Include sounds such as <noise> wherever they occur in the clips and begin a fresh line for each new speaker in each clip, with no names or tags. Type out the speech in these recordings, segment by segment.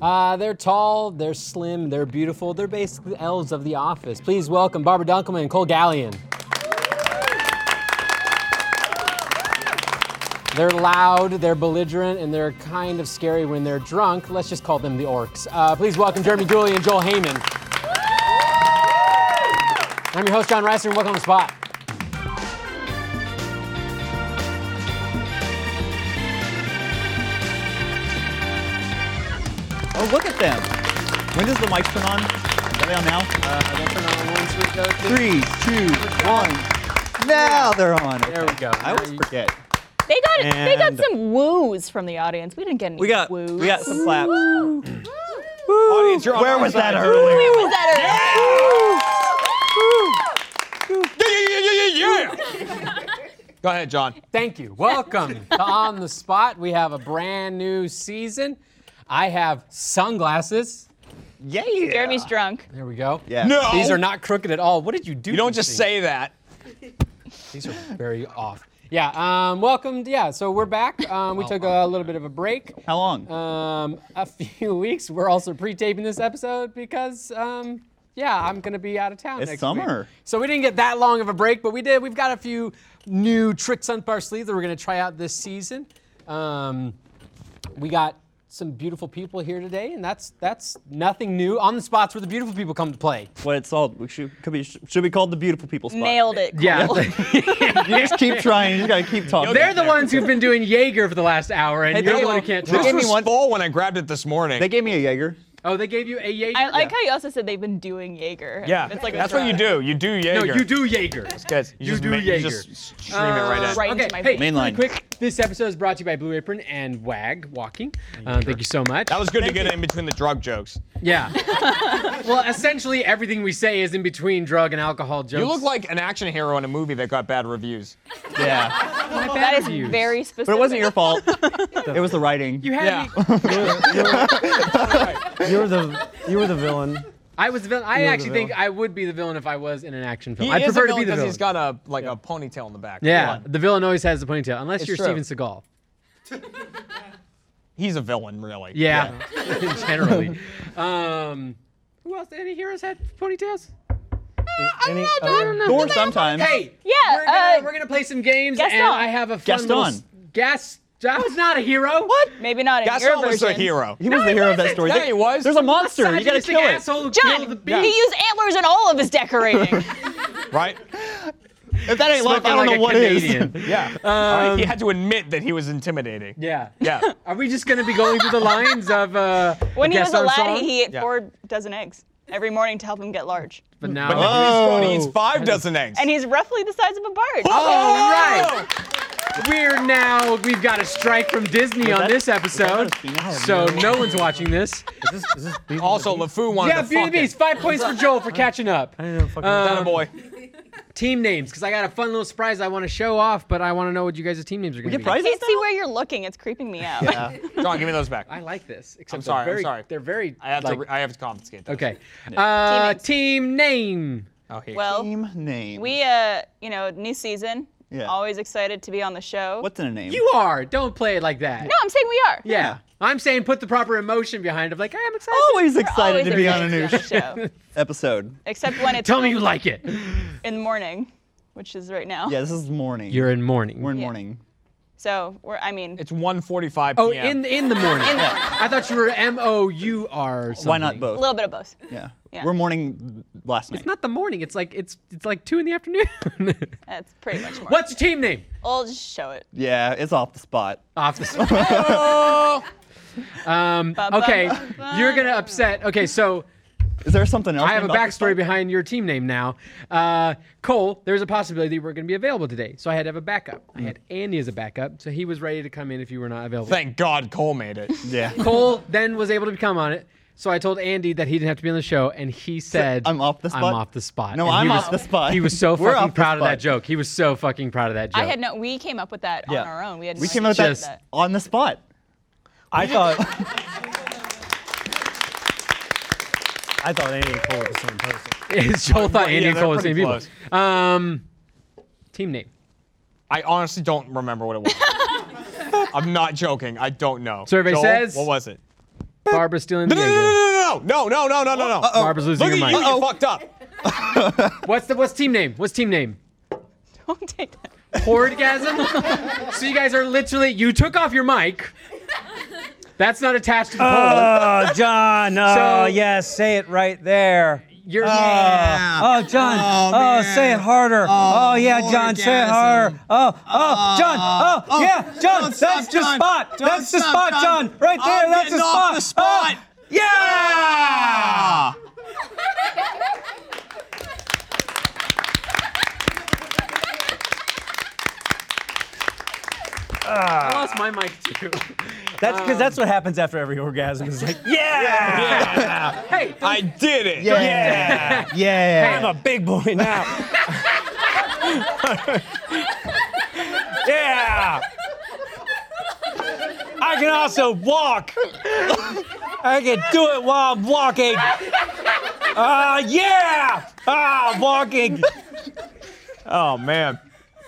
Uh, they're tall, they're slim, they're beautiful, they're basically elves of the office. Please welcome Barbara Dunkelman and Cole Gallion. They're loud, they're belligerent, and they're kind of scary when they're drunk. Let's just call them the orcs. Uh, please welcome Jeremy Dooley and Joel Heyman. I'm your host, John Reiser, and welcome to Spot.
Oh, look at them. When does the mic turn on? Are they on now?
Uh,
Three, two, one. Now they're on.
There we go.
I always
Now you-
forget.
They got they got
And-
some woos from the audience. We didn't get any
We got
woos.
we got some claps.
Audience, you're on
Where
my
was that
side.
earlier?
Who was that?
Yeah, yeah, yeah, yeah, yeah, yeah. Go ahead, John.
Thank you. Welcome to On the Spot. We have a brand new season. I have sunglasses.
Yeah.
Jeremy's drunk.
There we go.
Yeah.
No.
These are not crooked at all. What did you do?
You don't
these
just
things?
say that.
These are very off. Yeah. Um, welcome. Yeah. So we're back. Um, we took a little bit of a break.
How long?
Um, a few <laughs> weeks. We're also pre-taping this episode because, um, yeah, I'm gonna be out of town.
It's
next
summer.
week. So we didn't get that long of a break, but we did. We've got a few new tricks up our sleeve that we're gonna try out this season. Um, we got some beautiful people here today, and that's that's nothing new. On the spots where the beautiful people come to play.
what it's called? We should, could be, should be called the beautiful people spot.
Nailed it. Cole.
<laughs>
<laughs> You just keep trying. You gotta keep talking.
They're the ones who've been doing Jaeger for the last hour, and
Hey,
you're
they-
the one who can't
they
talk.
This
gave me
was
one-
full when I grabbed it this morning.
They gave me a Jaeger.
Oh, they gave you a Jaeger.
I like how you also said they've been doing Jaeger.
yeah,
It's like a
that's what you do.
drug.
You do Jaeger.
no, you do Jaeger.
Yes,
You
just
do
ma-
Jaeger.
You
Uh,
just stream it right at.
Right.
okay,
into my
hey,
face.
really
Mainline.
quick. This episode is brought to you by Blue Apron and WAG Walking. Um, thank you so much.
That was good to get in between the drug jokes.
yeah. <laughs> well, essentially everything we say is in between drug and alcohol jokes.
You look like an action hero in a movie that got bad reviews.
Yeah.
That is
Reviews.
<laughs> very specific.
But it wasn't your fault. it was the writing.
You had
Yeah.
me.
You were the you were the <laughs> villain.
<laughs> I was. the villain. I
were the
actually think
villain.
I would be the villain if I was in an action film.
He
I
is
prefer
a
to be
villain
the villain.
he's got a like a ponytail in the back.
yeah, the villain always has the ponytail, unless
It's
you're
true.
Steven Seagal.
he's a villain really.
Yeah, <laughs> generally. Um, who else? Any heroes had ponytails?
Any,
oh,
know.
Thor sometimes.
Hey,
Yeah,
we're gonna,
uh,
we're gonna play some games,
Gaston.
and I have a fun
Gaston.
little s- Gas. I was not a hero. What?
Maybe not in your
Gaston was
version.
a hero.
He was the hero of that
wasn't.
story.
Yeah,
There-
he was.
There's a monster. You gotta
Misogynistic
kill it.
asshole who
John,
killed the
he
beast.
used antlers in all of
<laughs>
his decorating.
<laughs>
Right?
If that ain't love, I don't
Spoken like
know
a
what is.
Canadian.
Yeah. All right, he had to admit that he was intimidating.
Um, Yeah.
Yeah.
<laughs> Are we just gonna be going through the lines of uh,
when he was a
Gaston
laddie,
song?
he ate
Yeah.
four dozen eggs every morning to help him get large.
But now.
But
Oh.
now he's grown, he eats five dozen eggs. Oh!
And he's roughly the size of a bard.
All Oh, right. We're now. We've got a strike from Disney on
that-
this
was that
episode,
Christina? I have
so
no
no one's watching this.
Is this, is this Beauty and the
also,
Beast?
LeFou wanted
yeah,
to
Beauty
fuck
and the Beast. Five points for Joel for catching up.
I didn't know fucking.
Uh,
That boy.
Team names, because I got a fun little surprise I want to show off, but I want to know what you guys' team names are going to
Get
be.
I
prizes.
can't see where you're looking. It's creeping me out.
Yeah.
John, give me those back.
I like this. Except
I'm sorry, I'm
They're very,
sorry.
They're very.
I have
like,
to. I have to confiscate. Those.
Okay. Uh, team
Team names.
name.
Oh, here.
Well,
Team name.
We, uh, you know, new season.
Yeah.
Always excited to be on the show.
What's in a name?
You are. Don't play it like that.
No, I'm saying we are.
Yeah. I'm saying put the proper emotion behind it. Like, I'm excited.
always
We're
excited
always
to be on a
excited
new
to be on the show.
<laughs> episode.
<laughs> Except when it's
Tell me you like it.
in the morning, which is right now.
Yeah, this is morning.
You're in mourning.
We're in
Yeah.
morning.
So we're, I mean,
It's 1:45 p.m.
oh, in in the morning.
In the-
I thought you were M O U R.
Why not
a
both?
little bit of both.
Yeah.
Yeah.
We're morning last night.
It's not the morning. It's like it's it's like two in the afternoon. <laughs>
That's pretty much more.
What's your team name?
I'll just show it.
yeah, it's off the spot.
Off
<laughs>
the spot. um,
Ba, ba,
okay,
ba, ba.
you're gonna upset. Okay, so
Is there something else?
I have a
named off the
backstory
spot?
behind your team name now. Uh, Cole, there's a possibility you weren't going to be available today, so I had to have a backup. I had Andy as a backup, so he was ready to come in if you were not available.
Thank God Cole made it.
<laughs>
Yeah.
Cole then was able to come on it, so I told Andy that he didn't have to be on the show, and he said,
I'm off the
I'm
spot?
off the spot."
No,
And he
I'm
was-
off the spot.
He was so
We're off
fucking
the
proud of
spot.
that joke. He was so fucking proud of that joke.
I had no. We came up with that
Yeah.
on our own. We had no
We came
idea
out with that
to do that. <laughs>
on the spot.
I thought. I thought Andy and Cole were the same
<laughs>
person.
Joel thought Andy
Yeah,
and
they're
Cole was the same
pretty
people. Um, team name.
I honestly don't remember what it was. I'm not joking. I don't know.
Survey
Joel,
says-
What was it?
Barbara's stealing the game.
No, no, no, no, no, no, no, no, no.
Barbara's losing
Look at
her
you,
mind.
you fucked up.
What's the what's team name? What's team name?
Don't take that.
Hordgasm? <laughs> so you guys are literally you took off your mic. That's not attached to the
<laughs>
Uh,
Oh, John. Oh,
So-
yes. Say it right there.
poll. You're
uh.
Oh, John. Oh, say it harder. Oh, yeah, John. Say it harder. Oh, oh, John. Oh, yeah, John. That's
stop,
the
John.
spot.
Don't
that's the
stop,
spot,
John.
John. Right
I'm
there. that's
getting off the spot.
Oh, yeah.
I lost my mic too. <laughs>
That's because that's what happens after every orgasm. It's like, yeah,
hey,
I did it.
yeah, yeah. I'm a big boy
<laughs>
now. yeah. I can also walk. I can do it while I'm walking. Uh, yeah. Ah, walking. Oh man,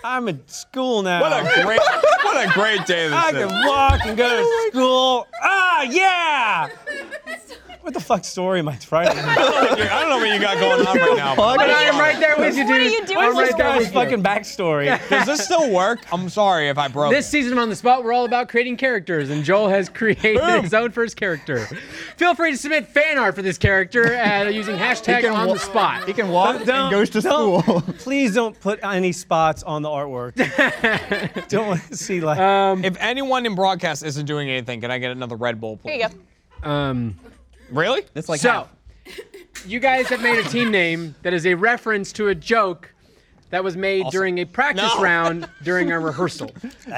I'm in school now.
What a great, what a great day
I
this is.
can walk and go to school. Ah, yeah! What the fuck story am I trying to
I don't know what you got going on right now.
but I am right there with you, dude.
What are you doing?
I'm
What
right
This
is
there
guy's
with you.
fucking backstory.
Does this still work? I'm sorry if I broke.
This
it.
season of On the Spot, we're all about creating characters, and Joel has created
Boom.
his own first character. Feel free to submit fan art for this character <laughs> uh, using hashtag on the spot.
He can walk
Don't-
and goes to
<laughs>
don't-
school.
Please don't put any spots on the artwork. <laughs> don't want to see like.
If anyone in broadcast isn't doing anything, can I get another Red Bull,
Here
please?
you go.
Um,
Really?
it's like
so,
half.
you guys have made a team name that is a reference to a joke that was made during a practice
No.
round during our <laughs> rehearsal.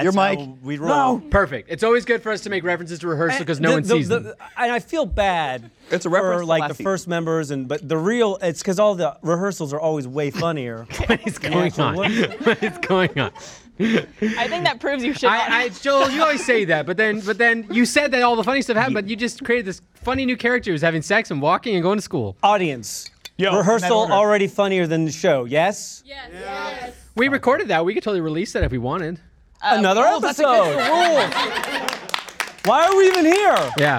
your mic.
how we roll.
Perfect. It's always good for us to make references to rehearsal because no
Eh, The-
one
the-
sees
the-
them. <laughs>
And I feel bad.
It's a reference
for
to
like
last
the
season.
first members, and but the real it's because all the rehearsals are always way funnier.
What's going on? <laughs> What is going on?
I think that proves you should. not.
I, I, Joel, you always say that, but then, but then you said that all the funny stuff happened, but you just created this funny new character who's having sex and walking and going to school.
Audience,
Yo, in that
rehearsal
order.
already funnier than the show. Yes.
Yes.
We recorded that. We could totally release that if we wanted. Uh,
Another episode. Why are we even here?
Yeah.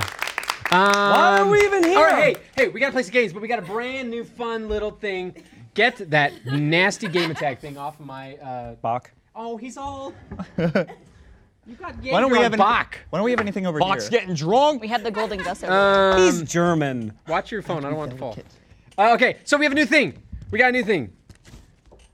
Um,
Why are we even here?
All right, hey, hey, we gotta play some games, but we got a brand new fun little thing. Get that nasty game attack thing off of my. Uh,
Bach.
oh, he's
<laughs>
all. You got Jaeger
Why don't we have any-
Bach.
Why don't we have anything over
Box
here?
getting drunk.
we had the golden gus over.
Uh,
He's
Um,
German.
Watch your phone. I don't want it to fall. Uh, okay, so we have a new thing. We got a new thing.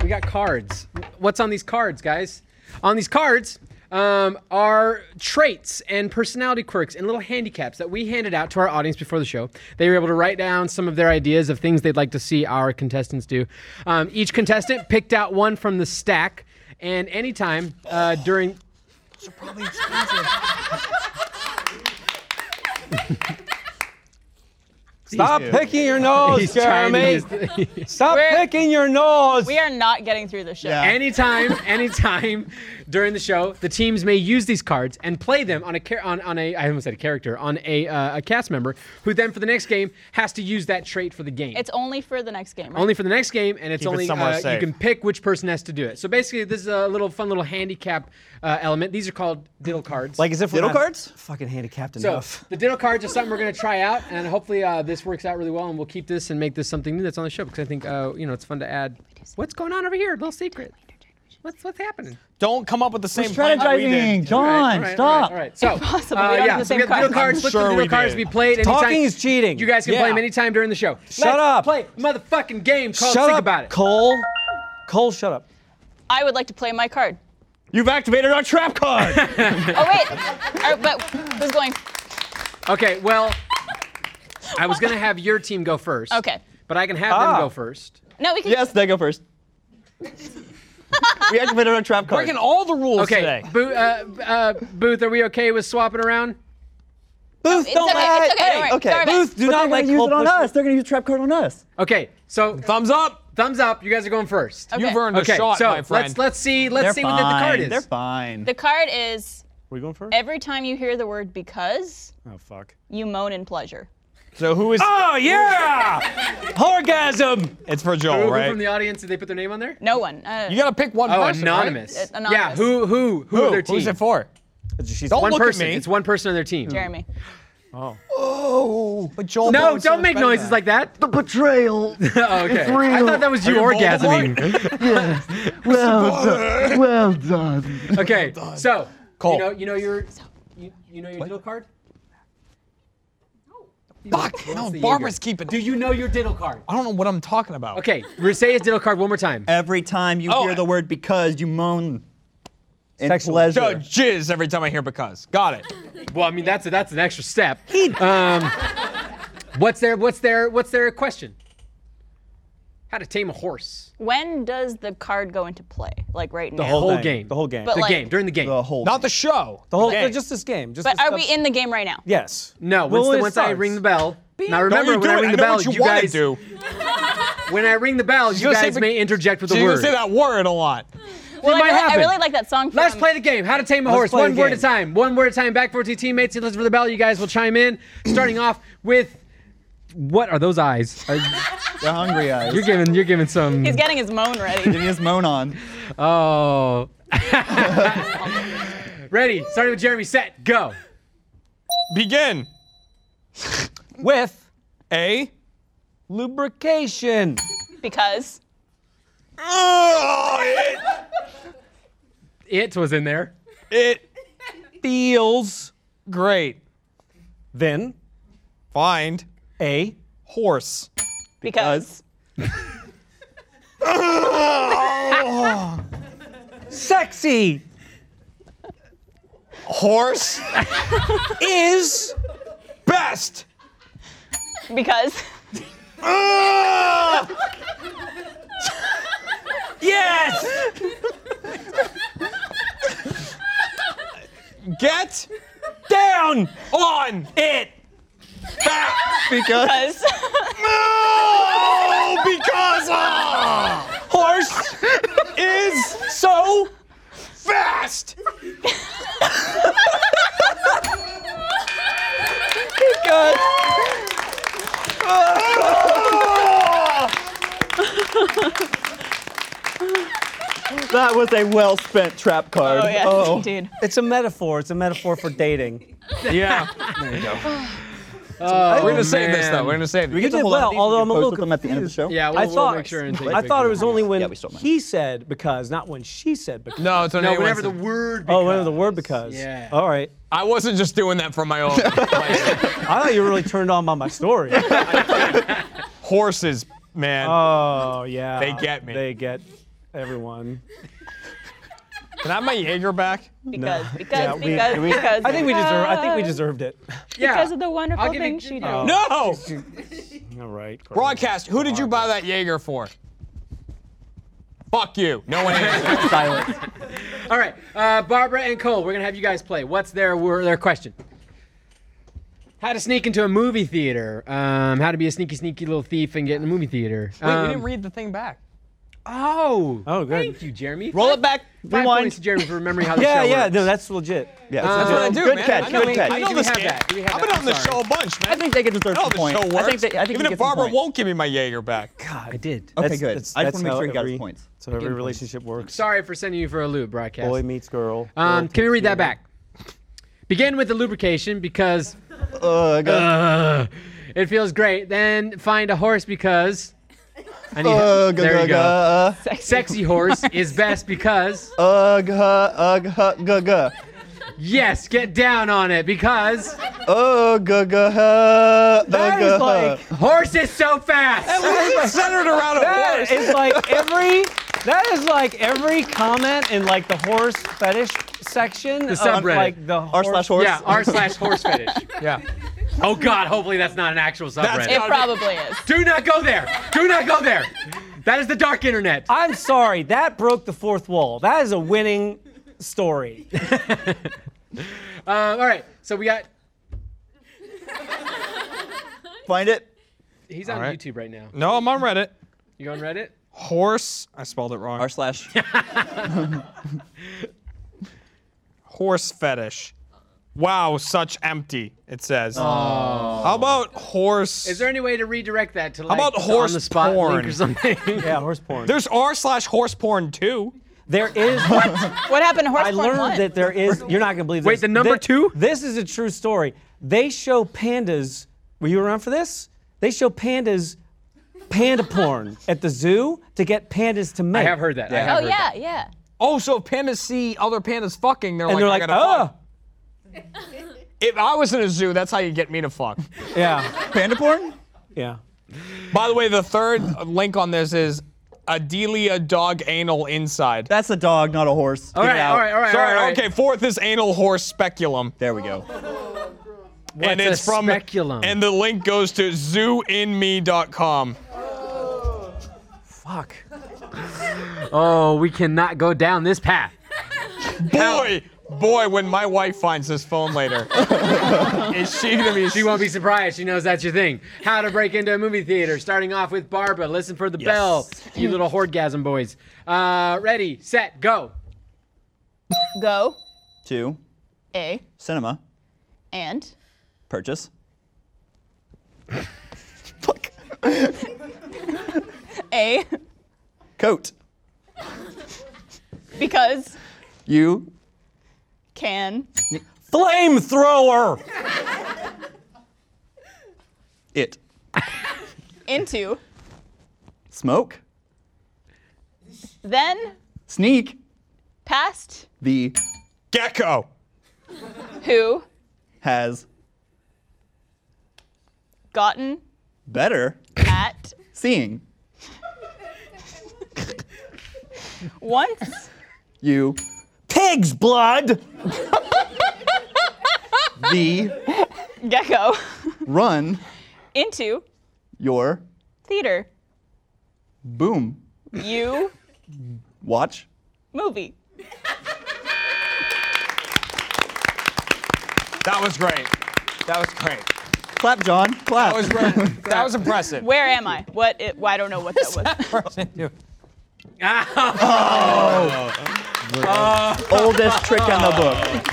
We got cards. What's on these cards, guys? On these cards um, are traits and personality quirks and little handicaps that we handed out to our audience before the show. They were able to write down some of their ideas of things they'd like to see our contestants do. Um, each contestant picked out one from the stack, and anytime uh, during.
Stop picking your nose,
trying to
Jeremy.
<laughs> use-
Stop
We're-
picking your nose.
we are not getting through this show.
Yeah.
anytime, anytime during the show, the teams may use these cards and play them on a char- on, on a I almost said a character on a uh, a cast member who then for the next game has to use that trait for the game.
It's only for the next game. Right?
only for the next game, and it's
Keep it
only
somewhere
uh, you
safe.
can pick which person has to do it. So basically, this is a little fun little handicap uh, element. These are called diddle cards.
like as if we're
Diddle
not
cards?
Fucking handicapped
so,
enough.
the diddle cards are something we're gonna try out, and hopefully uh, this works out really well, and we'll keep this and make this something new that's on the show because I think uh, you know it's fun to add. What's going on over here? Little secret. What's what's happening?
Don't come up with the
We're
same plan that we
strategizing,
did.
John.
All right, all right,
stop.
All right, so
Impossible.
uh,
We don't
yeah,
have the
so we
sure
got the
we
little cards. Let's
did.
the little cards be played. Anytime.
Talking is cheating.
You guys can play
Yeah.
them anytime during the show.
Shut
Let's
up.
Play a motherfucking game called
shut
Think
up,
About It.
Cole. Cole, shut up.
I would like to play my card.
You've activated our trap card.
Oh wait,
<laughs>
All right, but who's going?
Okay, well, I was gonna have your team go first.
Okay.
But I can have
Ah.
them go first.
No, we can.
Yes, they go first. we activated our trap card.
Breaking all the rules
Okay,
today.
Boo- uh, uh, Booth, are we okay with swapping around?
Booth,
It's
don't
okay.
let.
It's okay. don't
Hey,
worry.
okay.
Sorry about it.
Booth, do not let
use
Cole
it on
push
us. They're gonna use trap card on us.
Okay, so
Thumbs up.
thumbs up. You guys are going first.
Okay.
You've earned a
Okay,
shot,
so
my friend.
let's let's see let's
They're
see
fine.
what the card is.
They're fine.
The card is
Were you going first?
every time you hear the word because,
Oh fuck.
you moan in pleasure.
so who is?
Oh
<laughs>
yeah! Orgasm.
It's for
Who-
Joel,
who
right?
from the audience did they put their name on there?
No one. Uh,
you gotta pick one
Oh,
person. right?
anonymous.
Uh,
Yeah,
anonymous.
who who who, are
Who?
their team?
Who's it for?
She's
Don't
one
look
person.
at me.
It's one person on their team.
Jeremy.
But Joel.
No,
Bones so
don't
much
make
better than
noises like that.
The betrayal.
<laughs> Oh, okay. I
real.
thought that was you orgasming.
well done. Well done.
<laughs> okay, so you know, you know your, you, you know your diddle card.
<laughs> Fuck. No,
the
Barbara's
Jaeger?
keeping.
Do you know your diddle card?
I don't know what I'm talking about.
Okay, we're say his diddle card one more time.
Every time you hear the word because, you moan in
Sexual
pleasure.
Oh, jizz every time I hear because. Got it.
Well, I mean that's a, that's an extra step. Um, what's their what's their what's their question? How to tame a horse?
When does the card go into play? Like right now.
The whole
thing.
game.
The whole game.
But
The
like-
game during the game.
The whole
Not the show.
the whole
game.
just this game. Just
But
the
are
stuff-
we in the game right now?
Yes.
No,
Well,
once, the,
it
once I
starts.
ring the bell. Now remember,
Don't you
when
do
I
it.
ring
I
the
know
bell,
what you,
you,
wanna
guys.
do.
When I ring the bell, you
gonna say
guys
be-
may interject with
So
a
you're
word.
gonna say that word a lot.
Well,
might
I, really, I
happen.
really like that song. From,
Let's play the game. How to tame a
Let's
horse.
play
One
the
word at a
game.
time. One word at a time. Back for two teammates. He listens for the bell. You guys will chime in. <clears throat> Starting off with what are those eyes? Are-
the hungry eyes.
you're giving. You're giving some.
He's getting his moan
<laughs>
ready.
Giving us moan on.
Oh. <laughs> Ready. Starting with Jeremy. Set. Go.
Begin.
With
<laughs>
A.
lubrication.
because
Oh, it,
It was in there.
it.
Feels.
Great.
Then
Find.
a
Horse.
because
sexy
Horse.
is
Best.
<laughs>
because
Ah!
yes.
Get
Down
on.
it.
Because.
because
No, because ah,
Horse
is
so
fast.
good.
That was a well spent trap card.
oh yeah,
Oh.
dude.
It's a metaphor. It's a metaphor for dating.
<laughs>
Yeah.
Oh,
We're gonna save this
man.
though. We're gonna save
We
this.
get to
did
hold on to
well,
these? We
although
can
I'm a
post
little
with them at the end of the show.
Yeah, we'll,
I
we'll
thought-
make sure and take
I thought it was only when
Yeah, we stole mine.
he said because, not when she said because.
No, it's on
No,
anyone
whenever the
else.
word.
Oh, whatever the word because.
Yeah.
Oh.
All right.
I wasn't just doing that for my own. pleasure.
I thought you were really turned on by my story.
Horses, man.
Oh yeah.
They get me.
They get everyone.
Can I have my Jaeger back?
Because because
Yeah, we-
because
we-
because.
I think we deserve. I think we deserved it.
yeah.
because of the wonderful
I'll give you-
thing she did.
Oh.
No.
<laughs> All right.
Broadcast. Who did you buy that Jaeger for? Fuck you. No one answered.
Silence.
All right, uh, Barbara and Cole, we're gonna have you guys play. What's their wor- their question? How to sneak into a movie theater? Um, how to be a sneaky, sneaky little thief and get in a movie theater?
Wait,
Um,
we didn't read the thing back.
Oh,
Oh, good.
Thank you, Jeremy.
Roll it back.
Five
Rewind.
points to Jeremy for remembering how the
Yeah,
show
yeah.
works.
No, that's legit. Uh,
Yeah, that's
Um,
That's what I do,
good
man.
catch,
I know,
good
we-
catch.
I know
We
this
have
game.
that. We have
I've
that.
been on
I'm
the
sorry.
show a bunch, man.
I think they get deserved
I know
a
the
point.
show works.
I think they, I think
Even
he
if
gets a
Barbara
point.
won't give me my Jaeger <laughs> back.
I did.
Okay,
That's-
good.
that's-
I just want
that's
to make
how
sure he got
every-
his points.
So every
Getting
relationship works.
Sorry for sending you for a loop broadcast.
Boy meets girl.
um,
girl
can we
meets
read that
boy.
back? Begin with the lubrication because
points. Uh, I got-
uh, it feels great. Then find a horse <laughs> because I need.
Ugh,
Uh, <laughs> there you
ugh,
go.
ugh,
Sexy horse is best because
ugh, huh, ugh, huh, guh, guh.
yes, get down on it because
Ugh, guh, guh, huh,
That
ugh,
is
huh.
like.
horse is so fast.
centered around a <laughs>
<laughs> That
horse.
is like every. That is like every comment in like the horse fetish section. The
subreddit.
like the
R
horse,
slash horse.
Yeah, r slash horse fetish.
Yeah.
Oh God, hopefully that's not an actual subreddit.
It probably is.
Do not go there. Do not go there. That is the dark internet.
I'm sorry. That broke the fourth wall. That is a winning story.
Um, all right, so we got.
<laughs> Find it.
He's on
right.
YouTube right now.
No, I'm on Reddit.
You on Reddit?
Horse. I spelled it wrong.
<laughs>
R slash.
horse fetish. Wow, such empty. It says. How about horse?
Is there any way to redirect that to like
about horse
on the spot link
porn?
or something? <laughs>
Yeah, horse porn.
There's r slash horse porn too.
there is. <laughs>
What happened to horse
I
porn
learned
one?
that there is. You're not gonna believe this.
Wait, the number
Thi-
two?
This is a true story. They show pandas. Were you around for this? They show pandas panda porn at the zoo to get pandas to mate.
I have heard that. I have
Oh
heard
yeah,
that.
yeah.
Oh, so if pandas see other pandas fucking, they're
And
like,
they're
I
like,
gotta
oh,
fuck." If I was in a zoo, that's how you get me to fuck.
yeah,
Panda porn?
yeah.
By the way, the third link on this is Adelia dog anal inside.
That's a dog, not a horse.
All right, all right, all right,
Sorry,
all right.
okay, fourth is anal horse speculum.
There we go.
and
What's
it's
a
from
speculum?
and the link goes to zooinme.com.
Fuck. oh, we cannot go down this path.
Boy, boy, when my wife finds this phone later, <laughs> is she gonna be?
She won't be surprised. She knows that's your thing. How to break into a movie theater. Starting off with Barbara. Listen for the bell, you little hordegasm boys. Uh, ready, set, go. <laughs>
Go,
Two.
a,
Cinema.
and
Purchase.
a, <laughs>
Coat.
because
You.
can
Flamethrower.
It.
into
Smoke.
then
Sneak.
past
The.
Gecko.
who
Has.
gotten
Better.
at
Seeing.
once <laughs>
You.
Pig's blood.
<laughs> The.
gecko
Run.
into
Your.
theater
Boom.
you
Watch.
movie
That was great. That was great.
Clap, John. Clap.
That was great. That was impressive.
where am i what it, well, i don't know what that <laughs>
Oh,
was
Oldest trick in the book.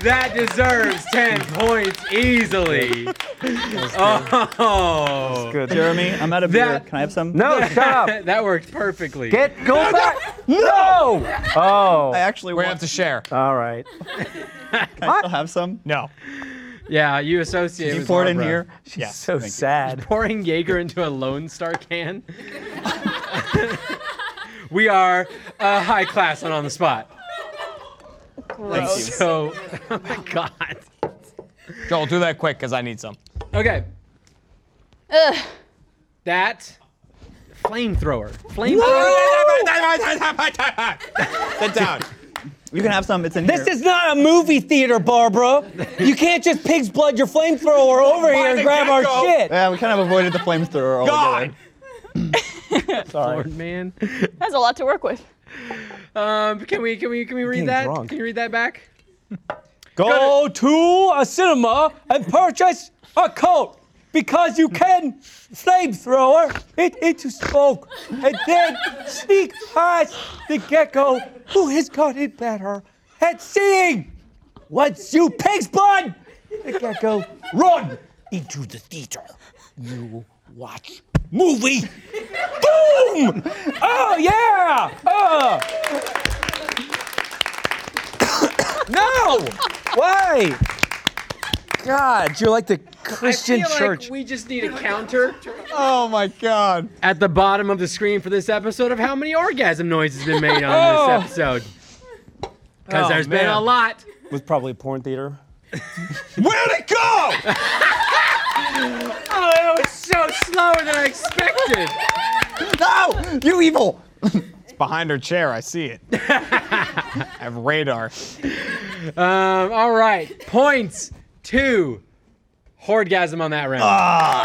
That deserves 10 points easily. Oh, <laughs>
Good.
Jeremy, I'm out of beer.
That-
Can I have some?
No, shut
<laughs>
up.
that worked perfectly.
<laughs> Get go back. No. Oh.
I actually
We
want <laughs>
have to share.
All right.
Can I still have some.
No.
yeah, you associate
You
with
pour it in
Barbara.
here.
She's so sad. <laughs>
pouring Jaeger into a Lone Star can. <laughs> we are uh, high class and on the spot.
Thank you.
So, <laughs> oh my God.
Joel, do that quick because I need some.
Okay.
Ugh.
That flamethrower. Flamethrower.
<laughs> Sit down.
You can have some. It's in here.
This is not a movie theater, Barbara. You can't just pig's blood your flamethrower over here and
the
grab our
gecko.
shit.
Yeah, we kind of avoided the flamethrower altogether.
God.
Lord, man.
that's a lot to work with
Um, can we can we can we read
getting
that?
drunk.
Can you read that back?
Go to a cinema and purchase a coat because you can flamethrower it into smoke and then sneak past the gecko who has got it better at seeing. Once you pig's blood, the gecko run into the theater. You watch movie. Boom! Oh yeah! Oh. <coughs> no! Why? God, you're like the Christian
I feel
church.
Like we just need a counter
Oh my god.
at the bottom of the screen for this episode of how many orgasm noises have been made on
Oh.
this episode. Because
Oh,
there's been a
man.
lot.
was probably porn theater.
Where'd it go?
Oh, that was so slower than I expected.
No! You evil!
Behind her chair, I see it. <laughs> I have radar.
Um, all right, points two. Hordegasm on that round.
Ah.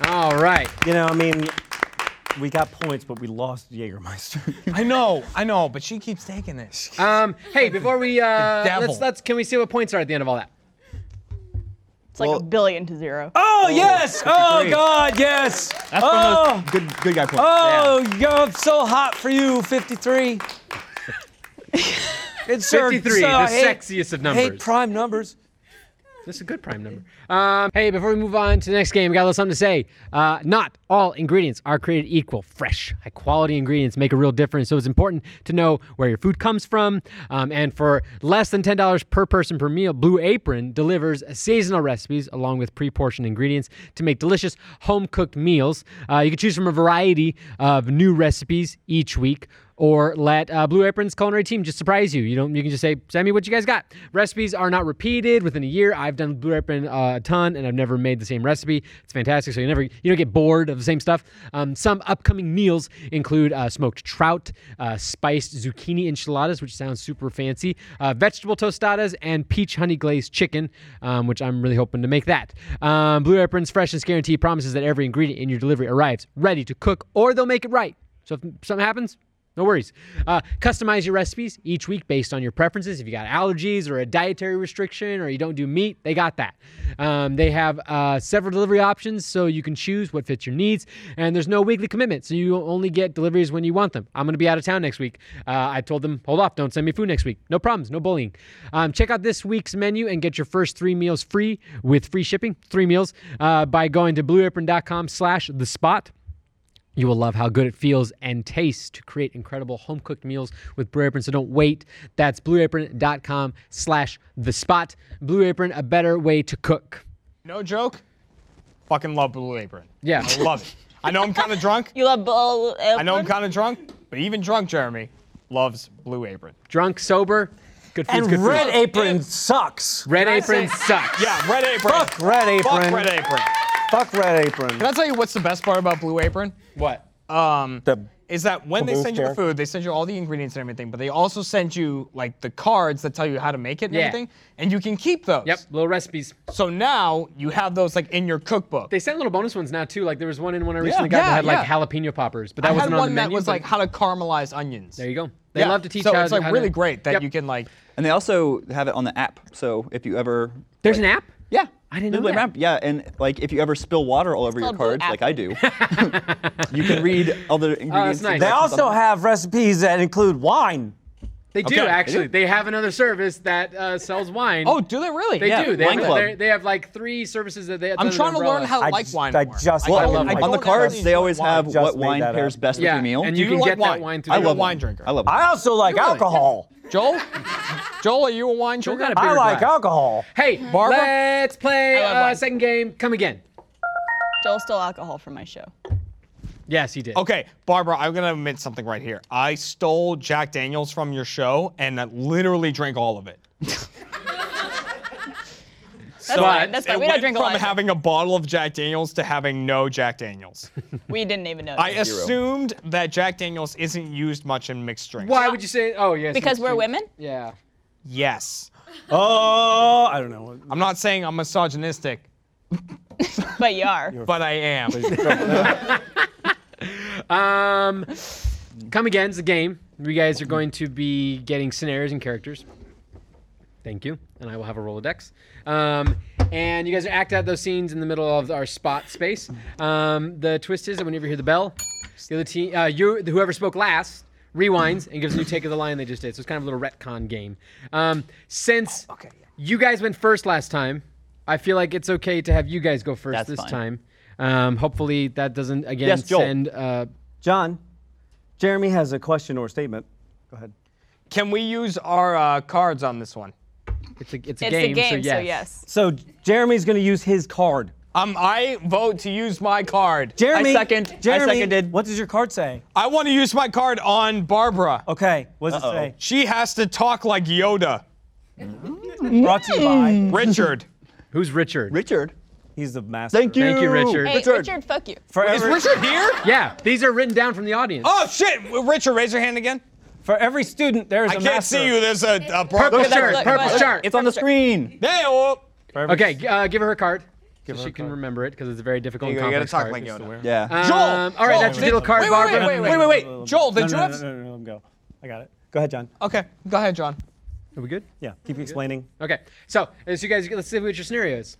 Joel,
all right.
You know, I mean, we got points, but we lost Jägermeister.
I know, I know, but she keeps
<laughs>
taking this.
Um, hey, before we uh,
devil.
let's let's can we see what points are at the end of all that?
it's like
Well-
a billion to zero
Oh, yes! Oh God, yes!
That's one
oh,
of those good, good guy points.
oh, yo, I'm so hot for you, 53. It's
53, the
I hate-
sexiest of numbers.
Hate prime numbers.
This is a good prime number. Um, hey, before we move on to the next game, we got a little something to say. Uh, not all ingredients are created equal. Fresh, high quality ingredients make a real difference. So it's important to know where your food comes from. Um, and for less than $10 per person per meal, Blue Apron delivers seasonal recipes along with pre portioned ingredients to make delicious home cooked meals. Uh, you can choose from a variety of new recipes each week or let uh, Blue Apron's culinary team just surprise you. You don't. You can just say, "Send me what you guys got." Recipes are not repeated within a year. I've done Blue Apron uh, a ton, and I've never made the same recipe. It's fantastic. So you never you don't get bored of the same stuff. Um, some upcoming meals include uh, smoked trout, uh, spiced zucchini enchiladas, which sounds super fancy, uh, vegetable tostadas, and peach honey glazed chicken, um, which I'm really hoping to make that. Um, Blue Apron's freshness guarantee promises that every ingredient in your delivery arrives ready to cook, or they'll make it right. So if something happens, no worries. Uh, customize your recipes each week based on your preferences. If you got allergies or a dietary restriction or you don't do meat, they got that. Um, they have uh, several delivery options so you can choose what fits your needs. And there's no weekly commitment, so you only get deliveries when you want them. I'm going to be out of town next week. Uh, I told them, hold off, don't send me food next week. No problems, no bullying. Um, check out this week's menu and get your first three meals free with free shipping, three meals, uh, by going to blueapron.com slash the spot. You will love how good it feels and tastes to create incredible home cooked meals with Blue Apron. So don't wait. That's blueapron.com slash the spot. Blue Apron, a better way to cook.
No joke. Fucking love Blue Apron.
Yeah.
I love it. I know I'm kind of drunk.
You love Blue Apron?
I know I'm kind of drunk, but even drunk Jeremy loves Blue Apron.
Drunk, sober, good food's
And
good food.
Red Apron sucks.
Red Apron sucks.
Yeah, Red Apron.
Fuck Red Apron.
Fuck Red Apron.
Fuck Red Apron.
Can I tell you what's the best part about Blue Apron?
What?
Um,
The-
is that when they
Blue
send you the
Star.
food, they send you all the ingredients and everything, but they also send you like the cards that tell you how to make it and
Yeah.
everything, and you can keep those.
Yep, little recipes.
So now you have those like in your cookbook.
They sent little bonus ones now too. Like there was one in one I recently got
Yeah,
that had like
yeah.
jalapeno poppers, but that
I had
wasn't on
one
the
that
menu.
was
but-
like how to caramelize onions.
there you go. They
Yeah.
love to teach
So
how
it's like
how to-
really great that
Yep.
you can like.
And they also have it on the app. So if you ever
There's an app?
Yeah.
I didn't
Blue
know that.
App, yeah, and like if you ever spill water all over your
called Blue
cards, like
Apple.
I do, <laughs> you can read other ingredients.
nice.
and
They
They
directions
also
on-
have recipes that include wine.
They do
Okay.
actually. They have another service that uh, sells wine.
Oh, do they really?
They
Yeah,
do. They
wine
have,
club.
they're- they have like three services that they.
I'm
under
trying to
umbrella.
learn how to
I
like
just-
wine.
I
more.
just
I
fucking
don't-
like
I
wine.
on the
don't
cards,
actually
they
know
always
wine.
have
Just
what
made
wine
that
pairs
up.
best
Yeah,
with your meal.
and you,
Do
can
you like
get that
wine?
wine through.
I
your-
You're a
love
wine
wine.
drinker.
I love.
I also like alcohol.
Joel, Joel, are you a wine
Joel
drinker?
got a
I
Beer
like
glass.
alcohol.
Hey,
Barbara?
let's play
I love
uh,
wine.
second game. Come again.
Joel stole alcohol from my show.
Yes, he did.
Okay, Barbara, I'm gonna admit something right here. I stole Jack Daniels from your show and I literally drank all of it. <laughs>
That's fine. That's
it
fine. We
went
don't drink a
from
lot. of-
having a bottle of Jack Daniels to having no Jack Daniels.
we didn't even know.
I assumed that Jack Daniels isn't used much in mixed drinks.
Why would you say? Oh, yes.
because
that's
we're
true.
women?
Yeah.
Yes.
Oh, I don't know.
I'm not saying I'm misogynistic,
But you are.
but I am.
Um, come again's the game. You guys are going to be getting scenarios and characters. Thank you, and I will have a rolodex. Um, and you guys are act out those scenes in the middle of our spot space. Um, the twist is that whenever you hear the bell, the other team, uh, you, whoever spoke last, rewinds and gives a new take of the line they just did. So it's kind of a little retcon game. Um, since you guys went first last time, I feel like it's okay to have you guys go first
That's
this
fine.
time. Um, hopefully that doesn't again
Yes, Joel.
send uh,
John, Jeremy has a question or statement. Go ahead.
Can we use our uh, cards on this one?
It's a, it's a
It's
game,
a game,
so yes.
So Jeremy's going to use his card.
Um, I vote to use my card.
Jeremy,
second- I
Jeremy,
seconded.
What does your card say?
I want to use my card on Barbara.
Okay, what does
Uh-oh.
it
She has to talk like Yoda.
say? Brought to you
Mm.
by.
Richard.
Who's Richard?
Richard.
He's the master.
Thank you.
Thank you, Richard.
Hey,
Richard.
Richard. fuck you.
For
Is <laughs>
every,
Richard here?
Yeah, these are written down from the audience.
Oh shit! Richard, raise your hand again.
for every student, there is
I
a
can't
master.
see you. There's a, a
Purple
Barbara.
shirt,
look,
purple
look.
shirt.
It's on the screen.
Hey, oh.
For every-
Okay, g- uh, give her a card. so she can remember it because it's a very difficult.
You
and
gotta
complex
talk
card.
like Yoda.
Yeah.
Um,
Joel,
all right,
Joel,
that's your
did-
little card,
wait, wait,
Barbara.
wait, wait, wait, wait, wait. Joel, Oh.
No,
did
no,
you
no,
have?
no, no, no, no, go. I got it. Go ahead, John.
Okay, go ahead, John.
Are we good?
Yeah, keep explaining.
Okay, so as you guys, let's see what your scenario is.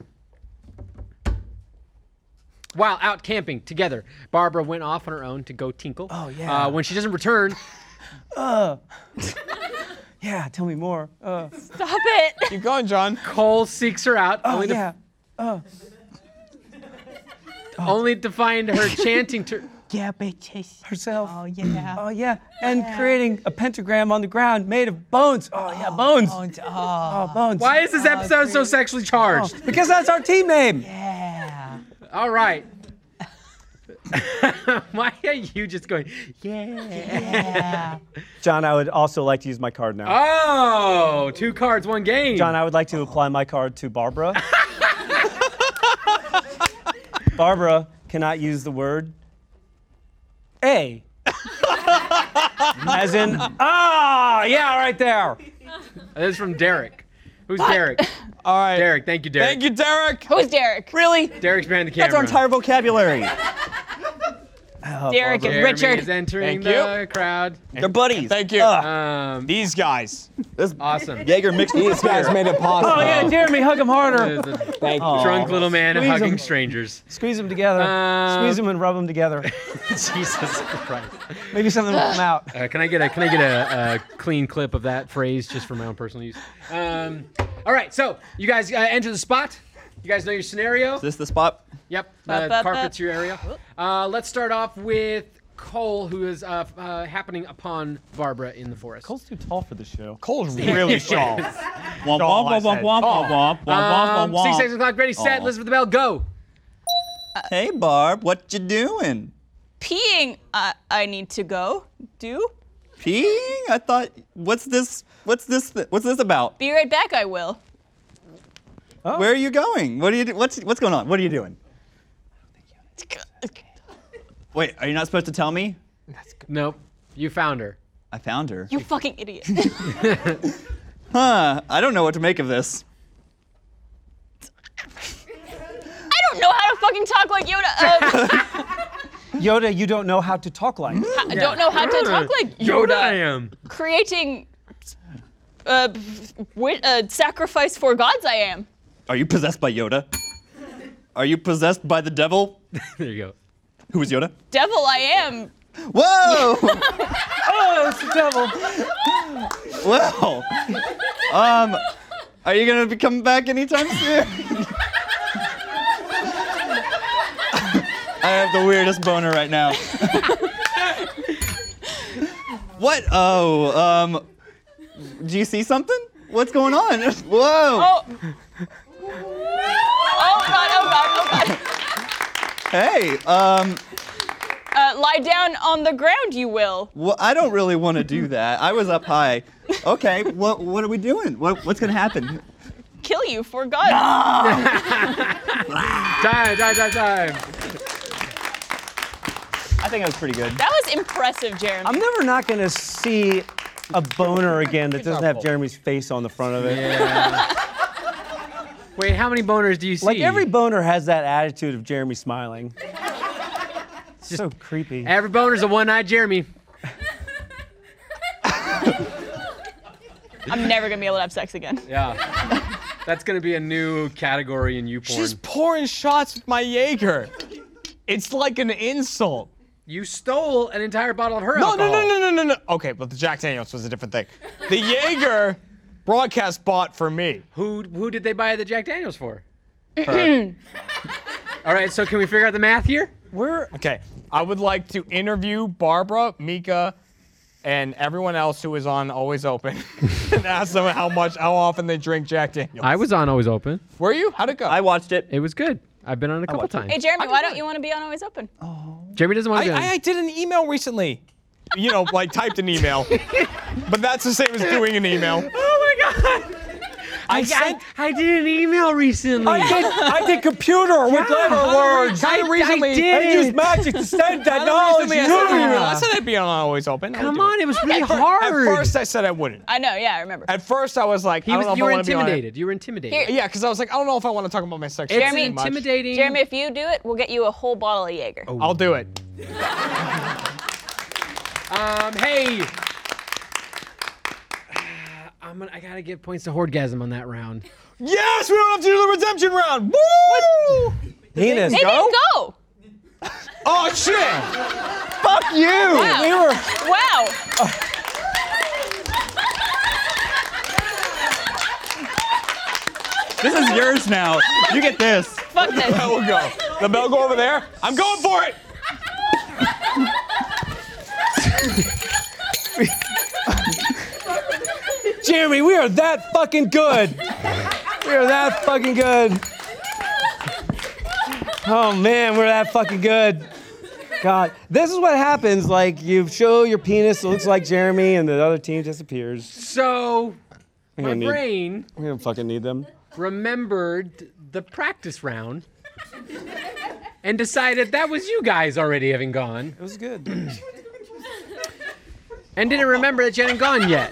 While out camping together, Barbara went off on her own to go tinkle. Oh
yeah.
Uh, when she doesn't return,
Yeah, tell me more. Uh,
Stop it.
Keep going, John.
Cole seeks her out,
oh,
only, to,
yeah.
only to find
<laughs>
her chanting to.
Yeah, bitches. Herself.
Oh yeah. <clears throat>
Oh, yeah. And creating a pentagram on the ground made of bones. Oh, yeah, bones.
Don't- oh,
Oh, bones.
Why is this episode so sexually charged?
Oh.
Because that's our team name.
yeah.
All right. Why are you just going?
Yeah.
John, I would also like to use my card now.
Oh, two cards, one game.
John, I would like to apply my card to
<laughs>
Barbara. Barbara cannot use the word
<laughs>
A. As in, ah, yeah, right there.
this is from Derek. Who's Derek?
All right.
Derek, thank you, Derek.
Thank you, Derek.
Who's Oh, Derek?
Really?
Derek's behind the camera.
That's our entire vocabulary.
Derek and
Jeremy
Richard.
is entering
Thank
the crowd.
They're buddies.
Thank you.
Ugh,
Um,
These guys.
this
awesome.
Jaeger mixed with
These guys made it possible.
Oh, yeah, Jeremy, hug him harder.
There's a
Thank you.
drunk little man
Squeeze
hugging
him.
strangers.
Squeeze them together.
Um,
Squeeze them and rub them together.
Jesus Christ.
Maybe something will come out.
Uh, can I get a can I get a, a clean clip of that phrase just for my own personal use? Um, all right, so you guys uh, enter the spot. You guys know your scenario.
Is this the spot?
Yep,
Bop,
uh,
bop,
carpet's
bop.
your area. Uh, let's start off with Cole, who is uh, f- uh, happening upon Barbara in the forest.
Cole's too tall for the show.
Cole's really strong.
Womp, womp, womp, womp, womp, womp, womp,
Um,
womp, womp,
six, six
womp.
o'clock, ready, set,
Aw.
listen for the bell, go.
Hey, Barb, what you doing?
Peeing. I I need to go. Do.
Peeing? I thought, what's this? What's this? th- What's this about?
Be right back. I will.
Where are you going? What are you? do- What's what's going on? What are you doing? Wait, are you not supposed to tell me?
Nope, you found her.
I found her.
You fucking
<laughs>
idiot.
Huh? I don't know what to make of this.
I don't know how to fucking talk like Yoda. Um,
Yoda, you don't know how to talk like.
<laughs>
I don't know how to talk like Yoda.
I am.
Creating uh, wi- uh, sacrifice for gods, I am.
Are you possessed by Yoda? Are you possessed by the devil?
There you go.
Who is Yoda?
Devil, I am.
Whoa! <laughs>
Oh, it's the devil.
Whoa! Um, are you gonna be coming back anytime soon? I have the weirdest boner right now. what? Oh, um, do you see something? What's going on? <laughs> Whoa!
Oh. Oh god, oh god, oh god.
Hey, um,
Uh, lie down on the ground, you will.
Well, I don't really want to do that. I was up high. Okay, what what are we doing? What what's gonna happen?
Kill you for gods.
Time, time, time, time.
I think that was pretty good.
That was impressive, Jeremy.
I'm never not going to see a boner again that doesn't have Jeremy's face on the front of it.
Wait, how many boners do you see?
Like every boner has that attitude of Jeremy smiling. so creepy.
every boner's a one-eyed Jeremy.
I'm never gonna be able to have sex again.
Yeah. That's gonna be a new category in you porn.
She's pouring shots with my Jaeger. It's like an insult.
You stole an entire bottle of her
No, no,
alcohol.
no, no, no, no, no. Okay, but the Jack Daniels was a different thing. The Jaeger broadcast bought for me.
Who who did they buy the Jack Daniels for? All right, so can we figure out the math here?
We're
Okay, I would like to interview Barbara, Mika, and everyone else who is on Always Open, <laughs> and ask them how much, how often they drink Jack Daniels.
I was on Always Open.
Were you? How'd it go?
I watched it.
It was good. I've been on it a couple
watched it.
times.
Hey, Jeremy, why don't you want to be on Always Open?
Jeremy doesn't want to
I,
be
I, I did an email recently. You know, like typed
<laughs>
an email, but that's the same as doing an email.
Oh my god! <laughs>
I sent.
I, did an email recently.
I did, I did computer with
I-
clever words.
I-
I,
I did
used
it.
magic to send that
Oh,
knowledge.
recently I,
to
sent an email.
you.
I said I'd be on Always Open. I would
Come
do it.
on, it was really
At
hard.
first, I said I wouldn't.
I know, yeah, I remember.
At first, I was like,
he
I
was,
don't
you
know if
were
I want to be on it.
intimidated. You were intimidated.
Here,
Yeah, because I was like, I don't know if I want to talk about my sex.
It's
Jeremy,
much.
intimidating.
Jeremy, if you do it, we'll get you a whole bottle of Jaeger.
I'll do it.
Um, hey. <sighs> I'm gonna, I gotta give points to Hordegasm on that round.
Yes, we don't have to do the redemption round. Woo!
penis.
They didn't go.
Oh shit!
Fuck you!
Wow.
We were
Wow.
This is yours now. You get this.
Fuck this.
That will go. The bell go over there. I'm going for it.
Jeremy, we are that fucking good. We are that fucking good. Oh man, we're that fucking good. God, this is what happens. Like you show your penis, it looks like Jeremy, and the other team disappears.
So my
need-
brain
We don't fucking need them.
remembered the practice round and decided that was you guys already having gone
It was good. <clears throat>
and didn't remember that you hadn't gone yet.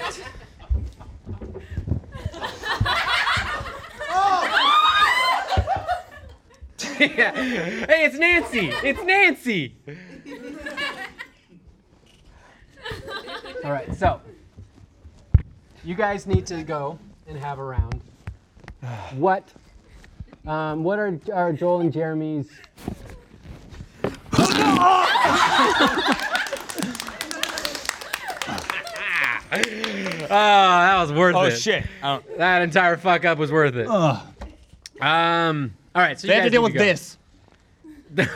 Yeah. Hey, it's Nancy. It's Nancy. All right, so you guys need to go and have a round. What? Um, what are, are Joel and <laughs> Jeremy's? Oh, that was worth
Oh
it.
shit. I don't-
That entire fuck up was worth it. Um. All right, so
They
you
have to
guys
deal
need
with this.
go.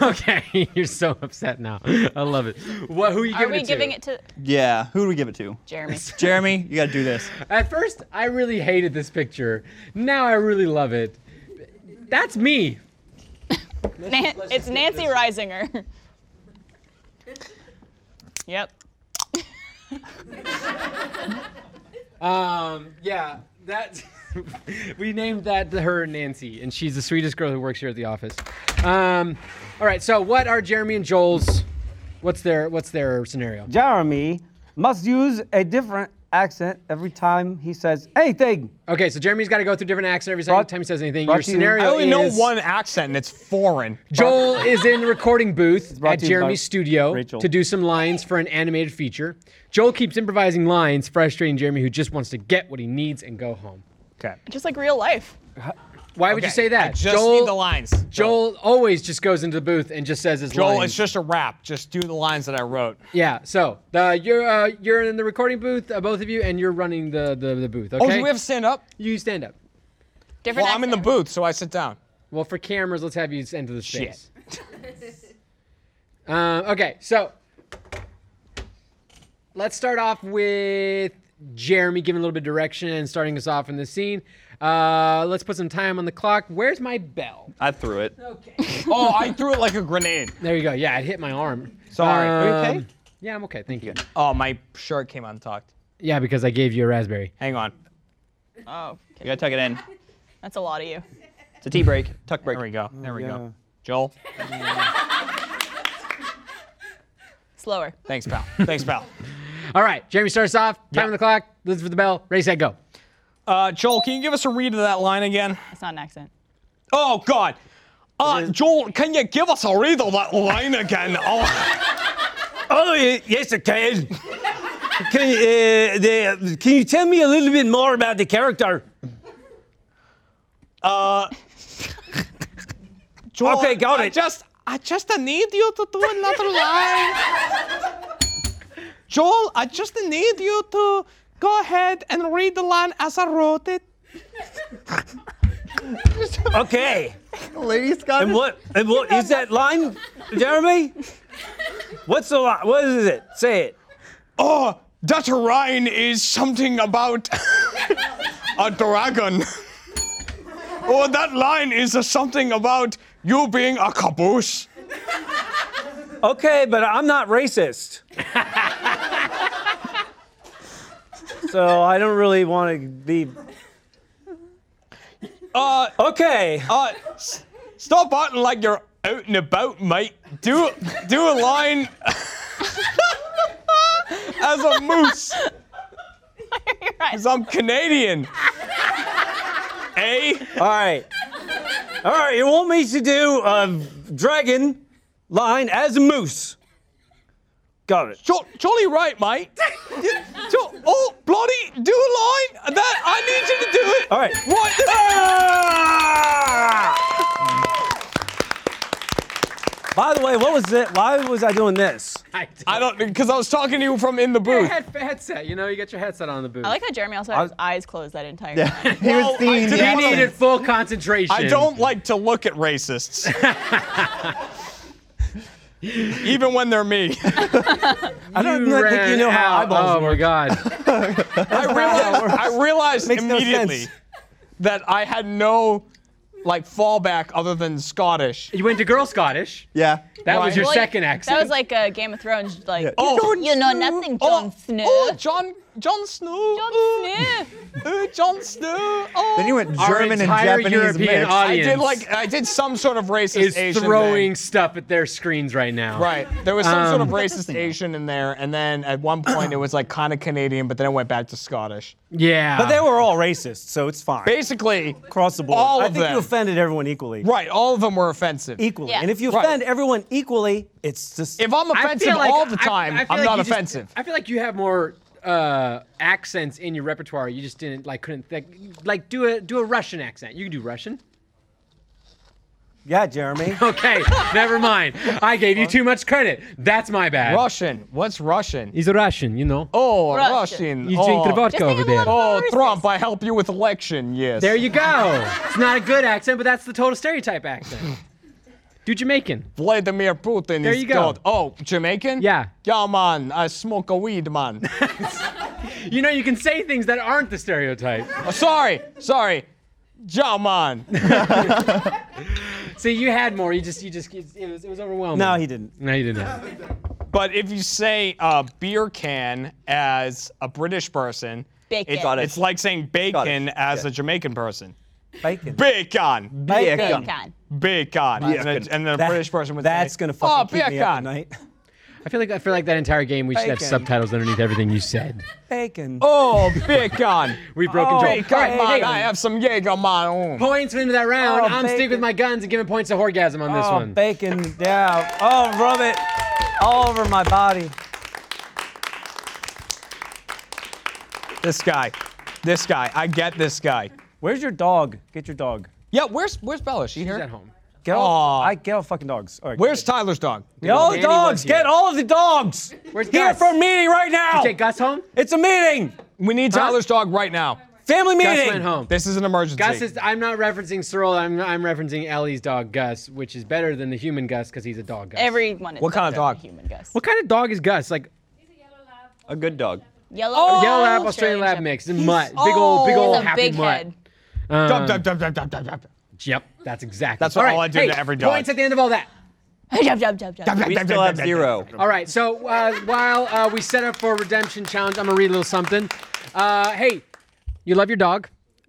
<laughs> okay, you're so upset now. I love it. What? Who are you
Are
giving
we
it to?
giving it to
Yeah. Who do we give it to?
Jeremy?
Jeremy, you gotta do this.
At first, I really hated this picture. Now I really love it. That's me.
Nan- it's Nancy Risinger. yep.
Um. Yeah. That. <laughs> we named that her Nancy, and she's the sweetest girl who works here at the office. Um. All right. So, what are Jeremy and Joel's? What's their What's their scenario?
Jeremy must use a different accent every time he says anything.
Okay. So Jeremy's got to go through different accents every single
Brought-
time he says anything.
brought
Your
to you-
scenario
I only know
is-
one accent, and it's foreign.
Joel is in the recording booth
brought
at
to you by
Jeremy's studio
Rachel.
to do some lines for an animated feature. Joel keeps improvising lines, frustrating Jeremy, who just wants to get what he needs and go home.
Okay.
<laughs> Just like real life.
Why would you say that?
I just
Joel,
need the lines.
Joel always just goes into the booth and just says his
Joel,
lines.
it's just a rap. Just do the lines that I wrote.
yeah. So uh, you're uh, you're in the recording booth, uh, both of you, and you're running the the, the booth. Okay.
Oh, do we have to stand up?
you stand up.
Different
Well, I'm in the
accent.
booth, so I
<laughs>
sit down.
Well, for cameras, let's have you enter the space. <laughs> um, okay, so let's start off with Jeremy giving a little bit of direction and starting us off in this scene. Uh, let's put some time on the clock. Where's my bell?
I threw it.
Okay.
Oh, I threw it like a grenade.
there you go. Yeah, it hit my arm.
Sorry. Are you okay?
Um, Yeah, I'm okay. Thank you.
Oh, my shirt came untucked.
Yeah, because I gave you a raspberry.
Hang on.
Oh,
You gotta tuck it in.
that's a lot of you.
It's a tea break. Tuck break.
There we go. There we go. Joel,
Slower.
thanks, pal. Thanks, pal.
All right, Jeremy starts off. Time
Yeah.
on the clock. Listen for the bell. Ready, set, go.
Uh, Joel, can you give us a read of that line again?
That's not an accent.
Oh God. Uh, Joel, can you give us a read of that line again? Oh,
Oh, y- yes, I can. can, you, uh, the, can you tell me a little bit more about the character? Uh,
Joel,
Okay, got
I
it.
Just, I just need you to do another line. Joel, I just need you to go ahead and read the line as I wrote it.
Okay.
Ladies got
And what, and what is that line, Jeremy? What's the line? What is it? Say it.
Oh, that rhyme is something about <laughs> a dragon. or that line is something about you being a caboose.
Okay, but I'm not racist.
<laughs>
so I don't really want to be.
Uh,
Okay.
Uh, s- stop acting like you're out and about, mate. Do do a line <laughs> as a moose.
You're right.
'cause I'm Canadian. <laughs> Eh?
All right. All right. You want me to do a dragon line as a moose? Got it.
Jo- jolly right, mate. You- jo- oh, bloody, do a line. That I need you to do it.
All right. Ah!
Right.
By the way, what was it? Why was I doing this?
I,
I don't, because I was talking to you from in the booth.
Head, headset, you know, you got your headset on in the booth.
I like how Jeremy also had his eyes closed that entire time.
he was seeing the
you
action.
needed full concentration.
I don't like to look at racists. Even when they're me.
I don't know- think you know how eyeballs
Oh my
work.
god.
I realized, I realized
Makes no
immediately
sense.
that I had no like fallback other than Scottish.
<laughs> You went to Girl Scottish.
Yeah.
That was
Right.
your
Well, like,
second accent.
That was like uh, Game of Thrones, like,
Oh.
you know nothing, Jon Snow.
Oh, John, John Snow.
Jon Snow.
Snow. John Snow. Oh.
Then he went
Our
German and
entire
Japanese
European
mix.
I
audience
did like I did some sort of racist
is
Asian
throwing
thing.
stuff at their screens right now.
Right. There was some sort of
Um,
racist Asian in there, and then at one point it was like kind of Canadian, but then it went back to Scottish.
Yeah.
But they were all racist, so it's fine.
Basically,
Across the board.
all
I
of
think
them.
you offended everyone equally.
right, all of them were offensive.
Equally.
Yeah.
And if you
Right.
offend everyone equally, it's just.
If I'm
E- I feel
offensive
like-
all the
I-
time,
I
I,
feel
am
like
not
you just-
offensive.
I feel like you have more uh, accents in your repertoire. You just didn't like couldn't think like do a do a Russian accent. You can do Russian.
<laughs>
yeah, Jeremy.
Okay, <laughs> never mind. I gave you too much credit. That's my bad.
Russian. What's Russian?
He's a Russian, you know.
Oh,
Russian.
Russian.
You drink the
Oh,
vodka
Just
over
think a
there.
little-
oh
Racist.
Trump, I help you with election. Yes.
There you go. It's not a good accent, but that's the total stereotype accent. Do Jamaican.
Vladimir Putin
There
is
you go.
God. Oh, Jamaican?
Yeah.
Yeah, man. I smoke a weed,
<laughs>
man.
You know, you can say things that aren't the stereotype.
oh, sorry, sorry. Yeah, man.
See, you had more. You just, you just, it was, it was overwhelming.
no, he didn't.
No, you didn't. Have. it.
But if you say uh, beer can as a British person,
Bacon.
it's- it's like saying bacon as
Yeah.
a Jamaican person.
Bacon.
Bacon.
Bacon.
Bacon.
Bacon. And,
Bacon.
a, and then a
That-
British person would
That's
say,
gonna fucking
oh,
keep me up
bacon. <laughs>
at night.
I feel like I feel like that entire game we should have
Bacon.
subtitles underneath everything you said.
Bacon.
Oh, bacon. <laughs>
We've broken
Oh,
Joel.
Bacon,
All right,
man.
hey,
I have some Jägerman. Mm.
points for the end of that round.
Oh,
I'm sticking with
bacon.
my guns and giving points to Horgasm on this
oh,
one.
bacon. Yeah. Oh, rub it all over my body.
This guy. This guy. I get this guy.
Where's your dog? Get your dog.
Yeah, where's where's Bella? She here?
He's at home.
Get all.
Aw.
I get all fucking dogs. All right.
Where's Tyler's dog?
Get all the
Danny was
dogs.
here.
Get all of the dogs.
Where's
here
Gus?
for a meeting right now.
Take Gus home.
It's a meeting.
We need Tyler's dog right now.
Family
Gus
meeting.
went home.
This is an emergency.
Gus is. I'm not referencing Cyril. I'm. I'm referencing Ellie's dog Gus, which is better than the human Gus because he's a dog. Gus.
Everyone is
What kind of
better than
dog?
Human guess.
What kind of dog is Gus? Like
A good dog.
Yellow.
yellow lab, Australian lab
Shepherd.
mix, and mutt, big old, big
Oh,
old
he's a
happy
big
mutt.
head. <laughs>
Um,
Dub, dub, dub, dub, dub, dub, dub.
Yep, that's exactly.
That's all I do
hey,
to every dog.
Points at the end of all that.
Jab, jab, jab, jab.
We still have zero.
All right, so uh, while uh, we set up for redemption challenge, I'm gonna read a little something. Uh, hey, you love your dog.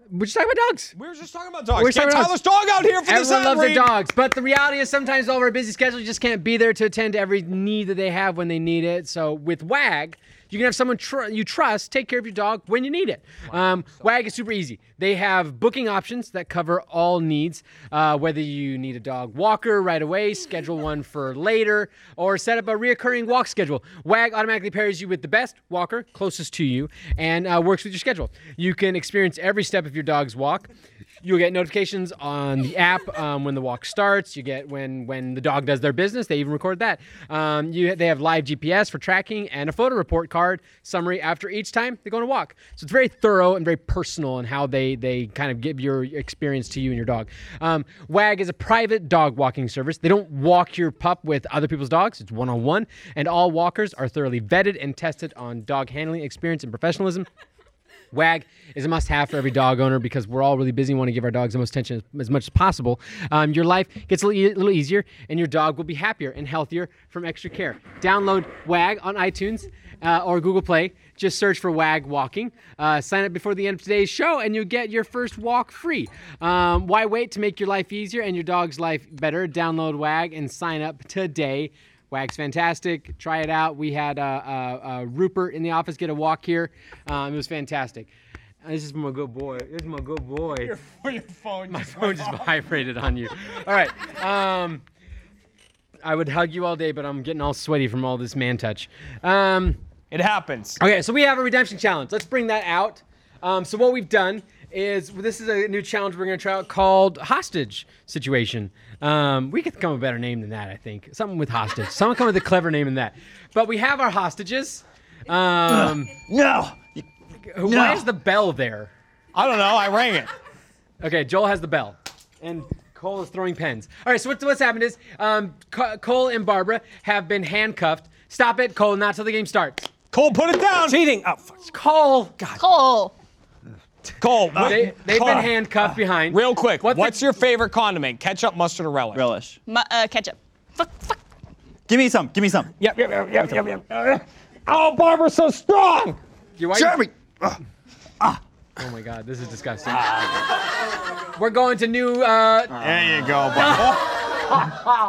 We're just talking about dogs.
We were just talking about dogs.
We were
Get
talking about
Tyler's dog out here for this
Everyone
ad
loves
read.
their
<laughs>
dogs, but the reality is sometimes all of our busy schedules you just can't be there to attend to every need that they have when they need it. So with WAG, you can have someone tr- you trust take care of your dog when you need it. Um, WAG is super easy. They have booking options that cover all needs, uh, whether you need a dog walker right away, schedule one for later, or set up a reoccurring walk schedule. WAG automatically pairs you with the best walker closest to you and uh, works with your schedule. You can experience every step of your dog's walk. You'll get notifications on the app um, when the walk starts. You get when when the dog does their business. They even record that. Um, you they have live GPS for tracking and a photo report card summary after each time they go on a walk. So it's very thorough and very personal in how they they kind of give your experience to you and your dog. Um, Wag is a private dog walking service. They don't walk your pup with other people's dogs. It's one on one, and all walkers are thoroughly vetted and tested on dog handling experience and professionalism. WAG is a must have for every dog owner because we're all really busy and want to give our dogs the most attention as, as much as possible. Um, your life gets a little, e- little easier and your dog will be happier and healthier from extra care. Download WAG on iTunes uh, or Google Play. Just search for WAG Walking. Uh, sign up before the end of today's show and you'll get your first walk free. Um, why wait to make your life easier and your dog's life better? Download WAG and sign up today. Wag's fantastic. Try it out. We had uh, uh, uh, Rupert in the office get a walk here. Um, it was fantastic. Uh, This is my good boy. This is my good boy. <laughs> Your, phone. My phone just vibrated on you. All right. Um, I would hug you all day, but I'm getting all sweaty from all this man touch. Um,
It happens.
Okay, so we have a redemption challenge. Let's bring that out. Um, so what we've done is this is a new challenge we're going to try out called hostage situation. Um, we could come up with a better name than that, I think. Something with hostage. Someone come up with a clever name than that. But we have our hostages. Um,
No.
Why is the bell there?
I don't know. I rang it.
Okay, Joel has the bell, and Cole is throwing pens. All right, so what's, what's happened is um, Co- Cole and Barbara have been handcuffed. Stop it, Cole! Not till the game starts.
Cole, put it down.
Cheating. Oh, fuck.
Cole,
Cole.
Cole, what-
they, they've
Cole.
been handcuffed behind.
Real quick,
What the-
what's your favorite condiment? Ketchup, mustard, or relish?
Relish.
Mu- uh, ketchup. Fuck, fuck.
Give me some. Give me some.
Yep, yep, yep, yep, yep, yep. Uh, Oh, Barbara's so strong.
Your wife- Oh my God, this is disgusting. We're going to new. Uh,
There you go, Bob.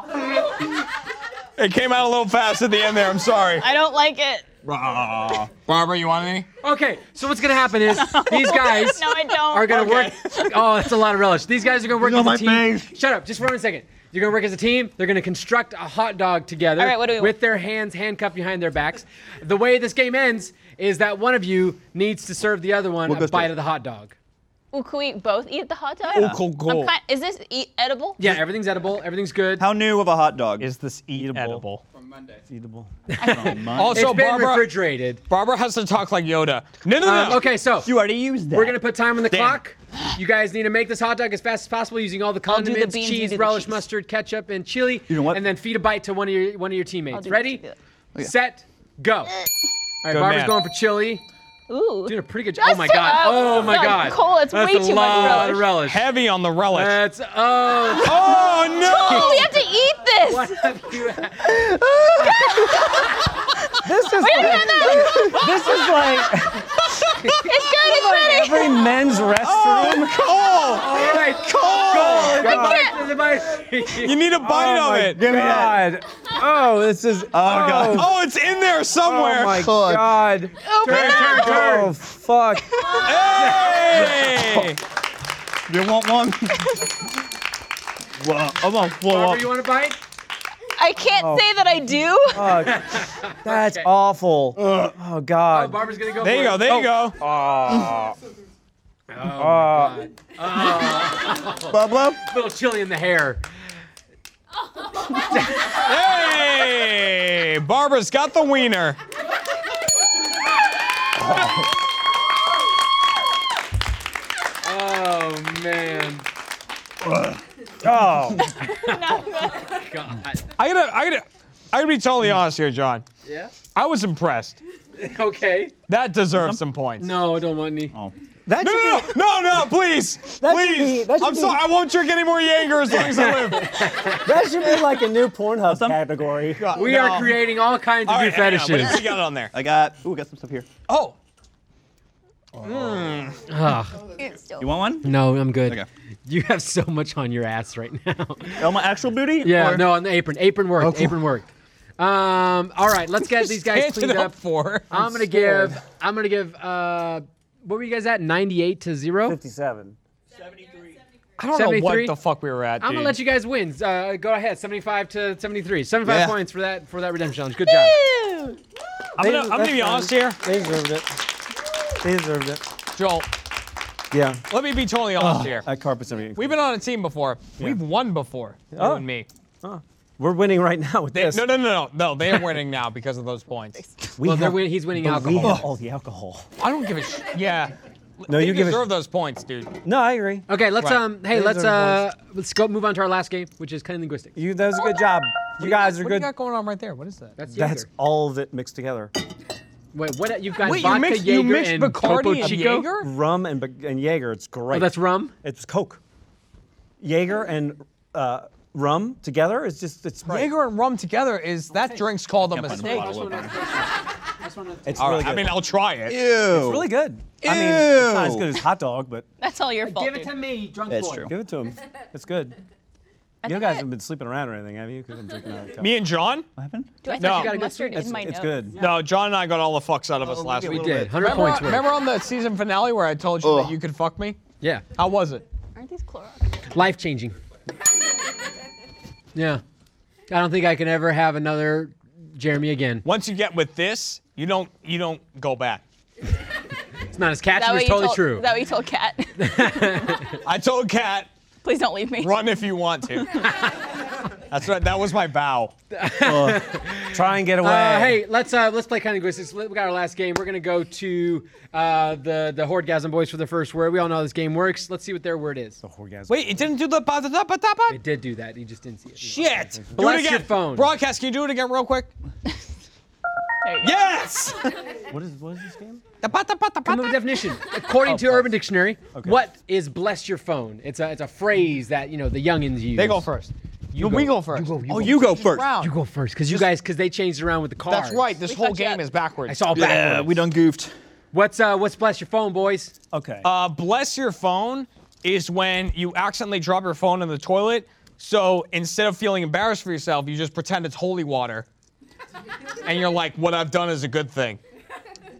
it came out a little fast at the end there. I'm sorry.
I don't like it.
Barbara, you want any?
okay, so what's gonna happen
<laughs>
is these guys <laughs>
No, I don't.
are gonna
<laughs>
work. Oh, that's a lot of relish. These guys are gonna work
Look
as
at
a
my
team. Shut up, just for one second. You're gonna work as a team. They're gonna construct a hot dog together
All right, what do we
with
want?
their hands handcuffed behind their backs. The way this game ends is that one of you needs to serve the other one
We'll go
a bite
straight.
of the hot dog.
Ooh, can we both eat the hot dog?
Ooh, cool, cool.
I'm kind- is this eat edible?
Yeah, everything's edible. Everything's good.
How new of a hot dog?
Is this eatable?
From Monday.
it's
Also,
been
Barbara,
refrigerated.
Barbara has to talk like Yoda. No, no, no.
Um, okay, so
You already used that.
We're gonna put time on the
Damn.
clock. You guys need to make this hot dog as fast as possible using all the
do the
condiments,
beans, you
cheese,
do the
relish,
cheese.
mustard, ketchup, and chili.
You know what?
And then feed a bite to one of your one of your
I'll
teammates.
do-
Ready,
do that.
set, go. All right,
Good
Barbara's
man.
going for chili.
Ooh.
Doing a pretty good job. Oh
That's
my
too-
god.
oh,
Oh my
no,
god.
Cole, it's
That's
way
a
too much
lot of relish.
Heavy on the relish.
That's oh.
oh, no.
<laughs> Oh, we have to eat this.
What have you had?
This is like,
<laughs>
this is like
It's good.
<laughs>
It's ready.
every men's restroom.
Cole,
All right,
Cole.
Cole. The bite,
<laughs>
the bite.
You need a
Oh
bite
Oh
of it.
Give me that. Oh, this is. Oh,
God.
Oh, it's in there somewhere.
my
God.
God.
Turn, turn,
Oh,
turn.
fuck.
<laughs>
Hey!
You want one? Whoa, I'm gonna blow
Barbara,
up.
you want a bite?
I can't
Oh.
say that
<laughs>
I do.
<laughs>
Fuck. That's
Okay.
awful. Oh,
Oh,
God.
Barbara's gonna go.
There
for
you go.
it.
There you go.
Uh,
Pablo?
little chili in the hair.
Hey! Barbara's got the wiener.
Oh man.
oh.
God.
I gotta, I gotta, I gotta be totally honest here, John.
Yeah.
I was impressed.
Okay.
That deserves some points.
No, I don't want any.
That
No,
should
no,
be-
no, no, no, please,
That should
please.
be- that should
I'm
be-
sorry, I won't drink any more Jaeger as long as I live.
That should be like a new Pornhub <laughs> category.
We
No.
are creating all kinds of
All
new
right, hang on, what
fetishes.
else we got on there?
I got. Ooh, I got some stuff here.
Oh,
You want one?
No, I'm good.
Okay.
You have so much on your ass right now.
Oh, my actual booty?
<laughs> Yeah,
Or-
no, on the apron. Apron worked. Apron worked. Um, all right, let's get these
<laughs>
guys
Hand it
cleaned up.
up for. her.
I'm gonna give. I'm gonna give. Uh, what were you guys at? 98 to zero.
57.
I don't know what
73?
the fuck we were at.
I'm gonna
dude.
let you guys win. Uh, go ahead, 75 to 73. 75
Yeah.
points for that for that redemption challenge. Good job.
I'm gonna, I'm gonna
That's
be
fine.
honest here,
They deserved it. They deserved it.
Joel.
Yeah.
Let me be totally honest here.
That carpet's over here.
We've been on a team before. We've won before. You and me.
We're winning right now with this.
No, no, no, no, no. They're winning now because of
<laughs>
those points.
We
Well, they're
have,
win- he's winning
but we
alcohol.
have all the alcohol.
I don't give a sh. Yeah.
No,
They
you give
deserve
it.
those points, dude.
No, I agree.
Okay, let's
Right.
um. Hey,
These
let's
are
uh. Let's go move on to our last game, which is cunning linguistics.
You, that was a good job. You guys are
What do you
good.
got going on right there? What is that?
That's Jaeger.
That's all of it mixed together.
Wait, what? You've got
Wait, you
vodka,
mixed- you
Jaeger,
mixed
and
Bacardi
Topo
and
Chico.
Jaeger?
Rum and Bag- and Jaeger. It's great.
Oh, that's rum.
It's Coke. Jaeger and uh, rum together is just it's right.
Jaeger and rum together is that drink's called a
Can't find
mistake.
a bottle opener.
It's
All right,
really good.
I mean, I'll try it.
Ew.
really good. I mean, it's not as
Ew.
good as hot dog, but
That's all your fault.
Give it
dude.
to me, drunk
That's
boy.
true.
give it to him. It's good. You
think
guys
I-
haven't been sleeping around or anything, have you? Because I'm drinking out of the cup.
Me and John?
What happened?
Do I
No.
no.
You gotta
go
mustard
through
in
It's,
my
it's
nose?
good.
<laughs> No, John and I got all the fucks out of us last
Oh, We
week.
did. 100
Remember,
points. worth.
remember on the season finale where I told you
Ugh.
that you could fuck me?
Yeah.
How was it?
Aren't these Clorox?
Life changing. yeah. I don't think I can ever have another Jeremy again.
Once you get with this, you don't you don't go back.
It's not as catchy,
That
but
way
it's
you
totally
told,
true.
That way you told Kat. <laughs>
I told Kat,
Please don't leave me.
run if you want
<laughs>
to. That's right. That was my bow.
Try and get away.
Uh, hey, let's uh, let's play kind of linguistics. We got our last game. We're gonna go to uh, the the Hordegasm boys for the first word. We all know how this game works. Let's see what their word is.
Oh, Wait, it didn't do the ba da da ba da ba.
It did do that. You just didn't see it.
Shit. Do it
Bless
again.
your phone.
Broadcast. Can you do it again, real quick?
There you go.
<laughs>
Yes.
What is what is this game?
Da ba da ba da ba
Come up with a
da.
definition. According to Urban Dictionary, what is bless your phone? It's a it's a phrase that you know the youngins use.
They go first. You
go.
we go first.
You go- you go
oh, you go first.
You go first, because you guys, because they changed around with the cards.
That's right. This
We
whole
touch
game
up.
is
It's
backwards.
all backwards.
Yeah, we done goofed.
What's uh what's bless your phone, boys?
Okay.
Uh, bless your phone is when you accidentally drop your phone in the toilet. So instead of feeling embarrassed for yourself, you just pretend it's holy water, and you're like, "What I've done is a good thing."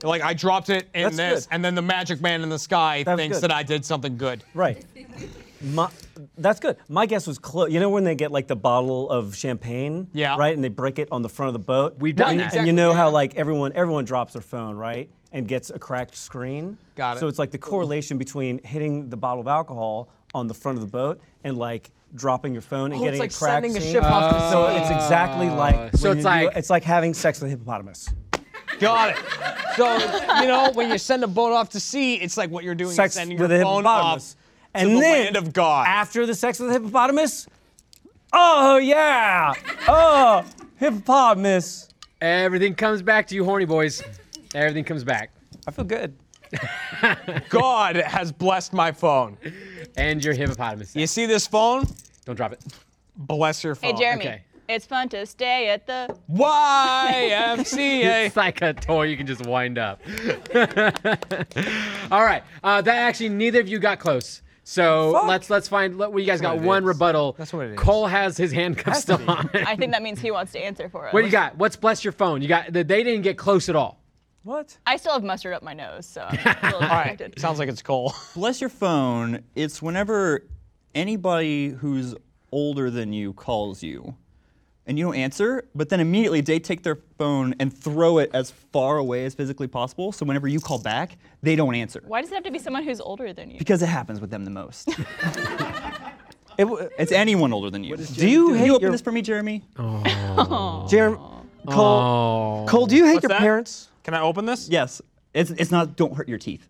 You're like I dropped it in
That's
this,
good.
and then the magic man in the sky
That's
thinks
good.
that I did something good.
Right. My, that's good. My guess was close. You know when they get like the bottle of champagne,
Yeah.
right, and they break it on the front of the boat.
We've done
and,
that.
And you know how like everyone everyone drops their phone, right, and gets a cracked screen.
Got it.
So it's like the correlation between hitting the bottle of alcohol on the front of the boat and like dropping your phone and
Oh, it's
getting
like
a cracked
sending a
scene.
ship off to
so
sea.
it's exactly like
So
when
it's
you do-
like-
it's like having sex with a hippopotamus.
Got it. So you know when you send a boat off to sea, it's like what you're doing
sex
is sending
with a
your phone off
hippopotamus. And
to the
then
land of God.
after the sex with the hippopotamus, oh yeah, oh hippopotamus.
Everything comes back to you, horny boys. Everything comes back.
I feel good.
God has blessed my phone.
And your hippopotamus.
You see this phone?
Don't drop it.
Bless your phone.
Hey, Jeremy.
Oh, okay.
It's fun to stay at the.
YMCA.
It's like a toy you can just wind up. <laughs> All right. Uh, that actually neither of you got close. So
Fuck.
let's let's find. Let, well, you guys got
what it
one
is.
rebuttal.
That's what it is.
Cole has his handcuffs
Has to
still on.
I think that means he wants to answer for us.
<laughs> What do you got? What's bless your phone? You got. They didn't get close at all.
What?
I still have mustard up my nose, so
<laughs>
I'm a little distracted.
Sounds like it's Cole. <laughs>
Bless your phone. It's whenever anybody who's older than you calls you, and you don't answer, but then immediately they take their phone and throw it as far away as physically possible. So whenever you call back, they don't answer
Why does it have to be someone who's older than you?
because it happens with them the most.
It, w-
it's anyone older than you.
do you hate
Can you open
your
this for me, Jeremy?
Jeremy?
Oh.
Cole, Cole, do you hate your
that?
parents?
Can I open this?
Yes. It's, it's not. Don't hurt your teeth.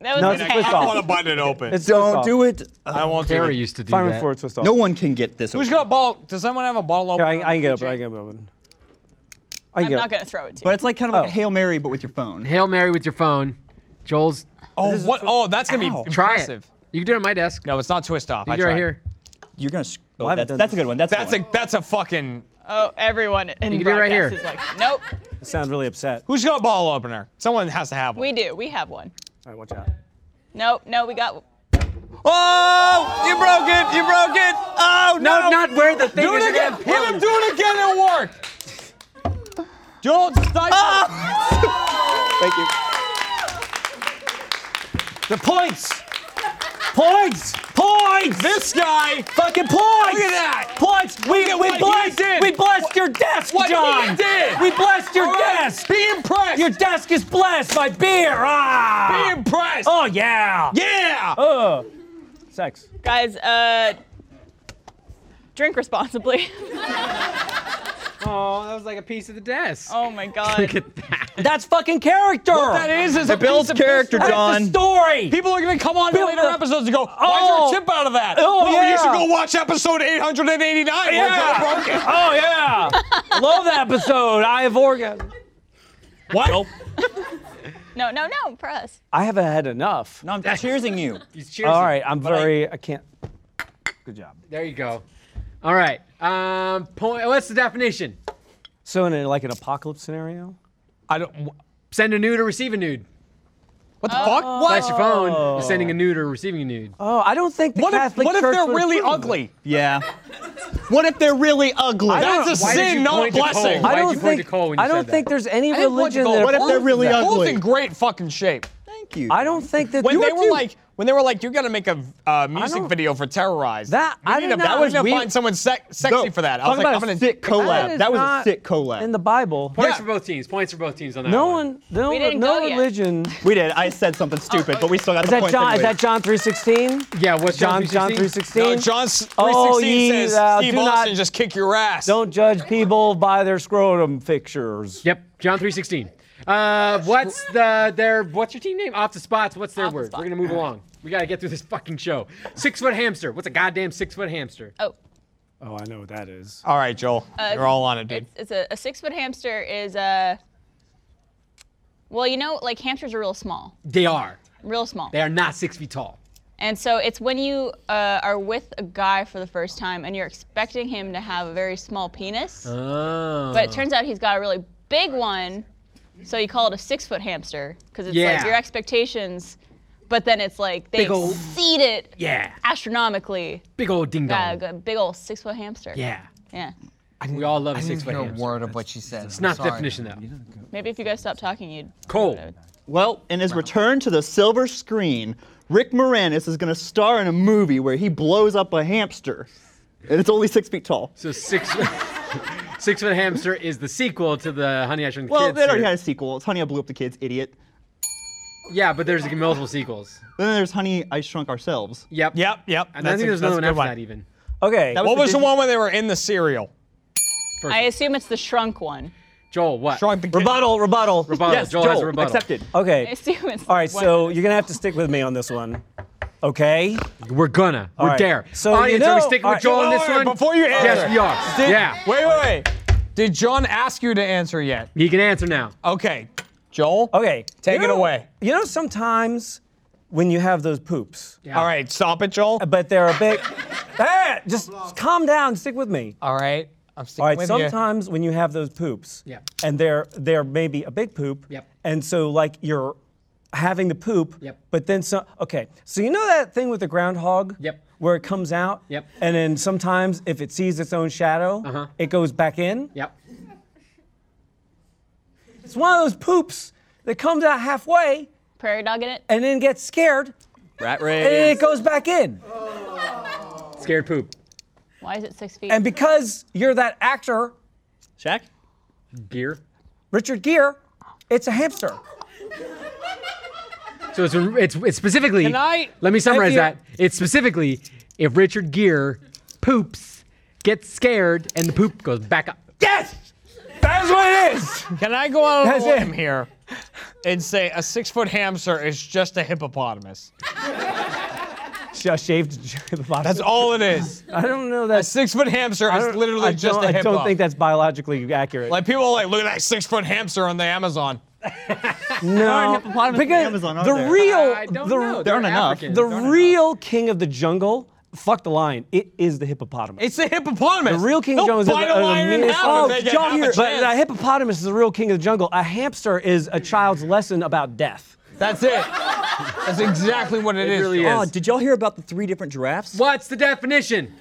That was
No,
no,
it's Swiss
I
<laughs>
off.
want to bite it open.
It's
Don't do it.
I won't do
Sarah
it.
used to do
Fireman
that.
for twist off.
Uh, No one can get this.
Who's
open.
got a ball? Does anyone have a bottle
Here,
open?
I, I can get up. I can get up. I can
I'm
get
not
up.
gonna throw it to you.
But it's like kind of like
Oh.
a Hail Mary, but with your phone.
Hail Mary with your phone. Joel's.
oh, what? Oh, that's gonna
Ow.
be
Try
impressive.
it. You can do it at my desk.
No, it's not twist off.
you
I
can do it right
tried.
here.
You're gonna. Sh- oh,
I haven't
that's,
done
that's a
this.
good one. That's, a
That's
good
a that's a fucking.
oh, everyone in
You can do it right
broadcast
here.
is like, nope,
It sounds really upset. All
Who's got a ball opener? Someone has to have one.
we do, we have one.
right, watch out.
Nope, no, we got.
Oh, you broke it! You broke it! Oh no!
No, not where the thing
Do
is.
it
You're
again!
gonna
Hit
pin
him! Do it again! It worked. Joel, stop!
Ah!
<laughs> Thank you.
The points. Points. Points.
This guy.
Fucking points!
Look at that!
Points! We,
at
we
what he
blessed
did!
we blessed your desk,
what he
John!
did!
We blessed your
All right,
desk!
Be impressed.
Your desk is blessed by beer!
Be
Ah!
impressed.
Oh yeah!
Yeah.
Oh.
Ugh. Sex.
Guys, uh, drink responsibly. <laughs>
Oh, that was like a piece of the desk.
Oh my
Look
God.
at that.
That's fucking character!
that is is a
Builds
piece of
character,
history.
That's
John.
the story!
People are gonna come on to
Build
later
the-
episodes and go, "Why
Oh.
is there a chip out of that?"
Oh,
well,
yeah.
you should go watch episode 889. where
Yeah.
Joel broke it.
Oh <laughs> yeah! Love that episode! I have orgasm.
What?
<laughs> No, no, no, for us.
Ah.
I haven't had enough.
No, I'm cheersing
<laughs>
you.
He's cheersing.
All right, I'm very. I can't. Good job.
There you go. All right. Um, point. What's the definition?
So in a, like an apocalypse scenario,
I don't.
Send a nude or receive a nude.
What the fuck?
Bless
What?
your phone. You're sending a nude or receiving a nude.
oh, I don't think the
What if,
Catholic
what if
Church
they're
would
really
approve of it.
ugly?
Yeah. What if they're really ugly?
don't-
That's a
Why
did you
sin, not a
point to Cole?
blessing.
Why
I
did
don't
you point
think.
to Cole when you
I don't
said that?
think there's any
I didn't point to
religion
Cole.
that.
What if they're
approves
really
that.
ugly?
Cole's in great fucking shape.
Thank you.
I don't think that
When
you
they
are
were
too-
like, when they were like, you're gonna make a uh, music
don't-
video for Terrorize.
That-
we
I
need
did
to-
not-
we need to
we-
find someone sec- sexy for that. I was
Talk
like,
about
I'm
a
gonna
sick collab.
is
That, was a
not
sick collab.
in the Bible.
Points
Yeah.
for both teams. Points for both teams on that.
No
one.
one, no,
We didn't
no
go yet.
religion.
we did. I said something stupid, but we still got
Is
the
that
points
John? Is
anyways.
that John three sixteen?
Yeah, what's
John
John
John
316?
three sixteen.
No, John's 316
Oh, ye
says
thou
Steve
do not-
Austin just kick your ass.
Don't judge people by their scrotum pictures.
Yep, John three sixteen. Uh, what's the their what's your team name? Off the spots. What's their
Off the
word?
spot.
We're gonna move along. We gotta get through this fucking show. Six foot hamster. What's a goddamn six foot hamster?
Oh,
Oh, I know what that is.
All right, Joel,
Uh,
you're all on it, dude.
it's, it's a, a six foot hamster is a. Well, you know, like hamsters are real small,
They are.
real small.
They are not six feet tall.
And so it's when you uh, are with a guy for the first time and you're expecting him to have a very small penis,
Oh.
but it turns out he's got a really big one. So you call it a six foot hamster because it's
Yeah.
like your expectations, but then it's like they
Big ol'-
exceed it
yeah.
astronomically.
Big old ding
Yeah,
dong.
a big old six foot hamster.
Yeah.
Yeah.
We all love a
I
six
didn't
foot
hear a
hamster.
word of what she said.
It's not the definition though.
Maybe if you guys stop talking, you'd.
Cool.
Well, in his return to the silver screen, Rick Moranis is going to star in a movie where he blows up a hamster. And it's only six feet tall.
So six <laughs> six foot hamster is the sequel to the Honey I Shrunk the
Well,
Kids.
they already had a
series.
sequel. It's Honey, I Blew Up the Kids, idiot.
Yeah, but there's multiple sequels.
Then there's Honey, I Shrunk Ourselves.
Yep.
Yep, yep.
And I think there's another one after that even.
Okay.
That
What was the
Disney-
one where they were in the cereal?
I assume it's the shrunk one.
Joel, what?
Shrunk the Kid.
rebuttal. Rebuttal.
Rebuttal.
Yes,
Joel,
Joel,
has a rebuttal.
accepted.
Okay.
I assume it's.
All right,
one-
so you're gonna have to stick with me on this one. Okay.
We're gonna. We're
right.
there.
So
Audience,
you
are we
know-
sticking
all
with
right.
Joel on
Wait,
Oh, this
wait,
one?
wait, Oh, Before you answer,
Yes, we are.
Did-
yeah.
Wait, wait, wait. Did John ask you to answer yet?
He can answer now.
Okay, Joel.
Okay.
Take
You
it
know-
away.
You know sometimes when you have those poops,
Yeah.
All right, stop it, Joel.
but they're
<laughs>
a big. hey, just calm down. Stick with me.
All right, I'm sticking
All right.
with
Sometimes when you have those poops,
Yep.
and they're they're maybe a big poop.
Yep.
And so like you're having the poop.
Yep.
But then some. Okay. So you know that thing with the groundhog.
Yep.
Where it comes out.
Yep.
And then sometimes if it sees its own shadow,
Uh-huh.
it goes back in.
Yep.
It's one of those poops that comes out halfway
Prairie dog in it?
and then gets scared
Rat
and then it
race.
goes back in.
Scared poop.
Why is it six feet?
And because you're that actor,
Shaq?
Gear.
Richard Gere, it's a hamster.
So it's, a, it's, it's specifically.
Can I-
let me summarize
you-
that. It's specifically if Richard Gear poops, gets scared, and the poop goes back up.
Yes! That is what it is!
you. Can I go out on
That's
a
it.
limb here and say a six-foot hamster is just a hippopotamus?
Just shaved <laughs> Jerry the bottom.
That's all it is.
I don't know
A
that.
six-foot hamster
I
is
don't-
literally
I
just
don't-
a
I
hippo.
don't think that's biologically accurate.
Like people are like, look at that six-foot hamster on the Amazon.
no, because
Amazon, are
the
there?
real,
I don't
the,
know.
There aren't enough.
African.
the real king of the jungle. Fuck the lion. It is the hippopotamus.
It's a hippopotamus.
The real King
They'll
John is
bite a lion in half
Oh,
if they get half
John,
a
but
chance.
a hippopotamus is the real king of the jungle. A hamster is a child's lesson about death.
That's it. That's exactly what it is.
really
John.
Oh, did y'all hear about the three different giraffes?
What's the definition?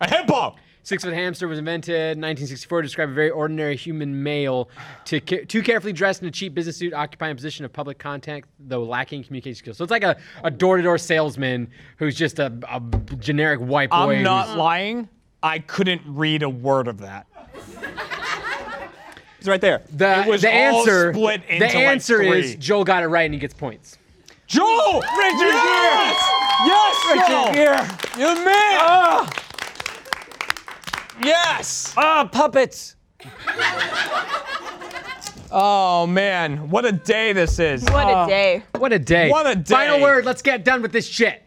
A hippo.
Six foot hamster was invented in 1964 to describe a very ordinary human male, to ca- too carefully dressed in a cheap business suit, occupying a position of public contact, though lacking communication skills. So it's like a, a door-to-door salesman who's just a, a generic white boy.
I'm
who's-
not lying. I couldn't read a word of that.
It's right there.
the,
It was
the
all
answer,
split into,
the
like,
answer is
three.
Joel got it right and he gets points.
Joel! Richard yes! Yes, Joel! You're the man! Ah. Yes!
Ah, puppets.
Oh man, what a day this is.
what a day.
What a day!
What a day.
Final word. Let's get done with this shit.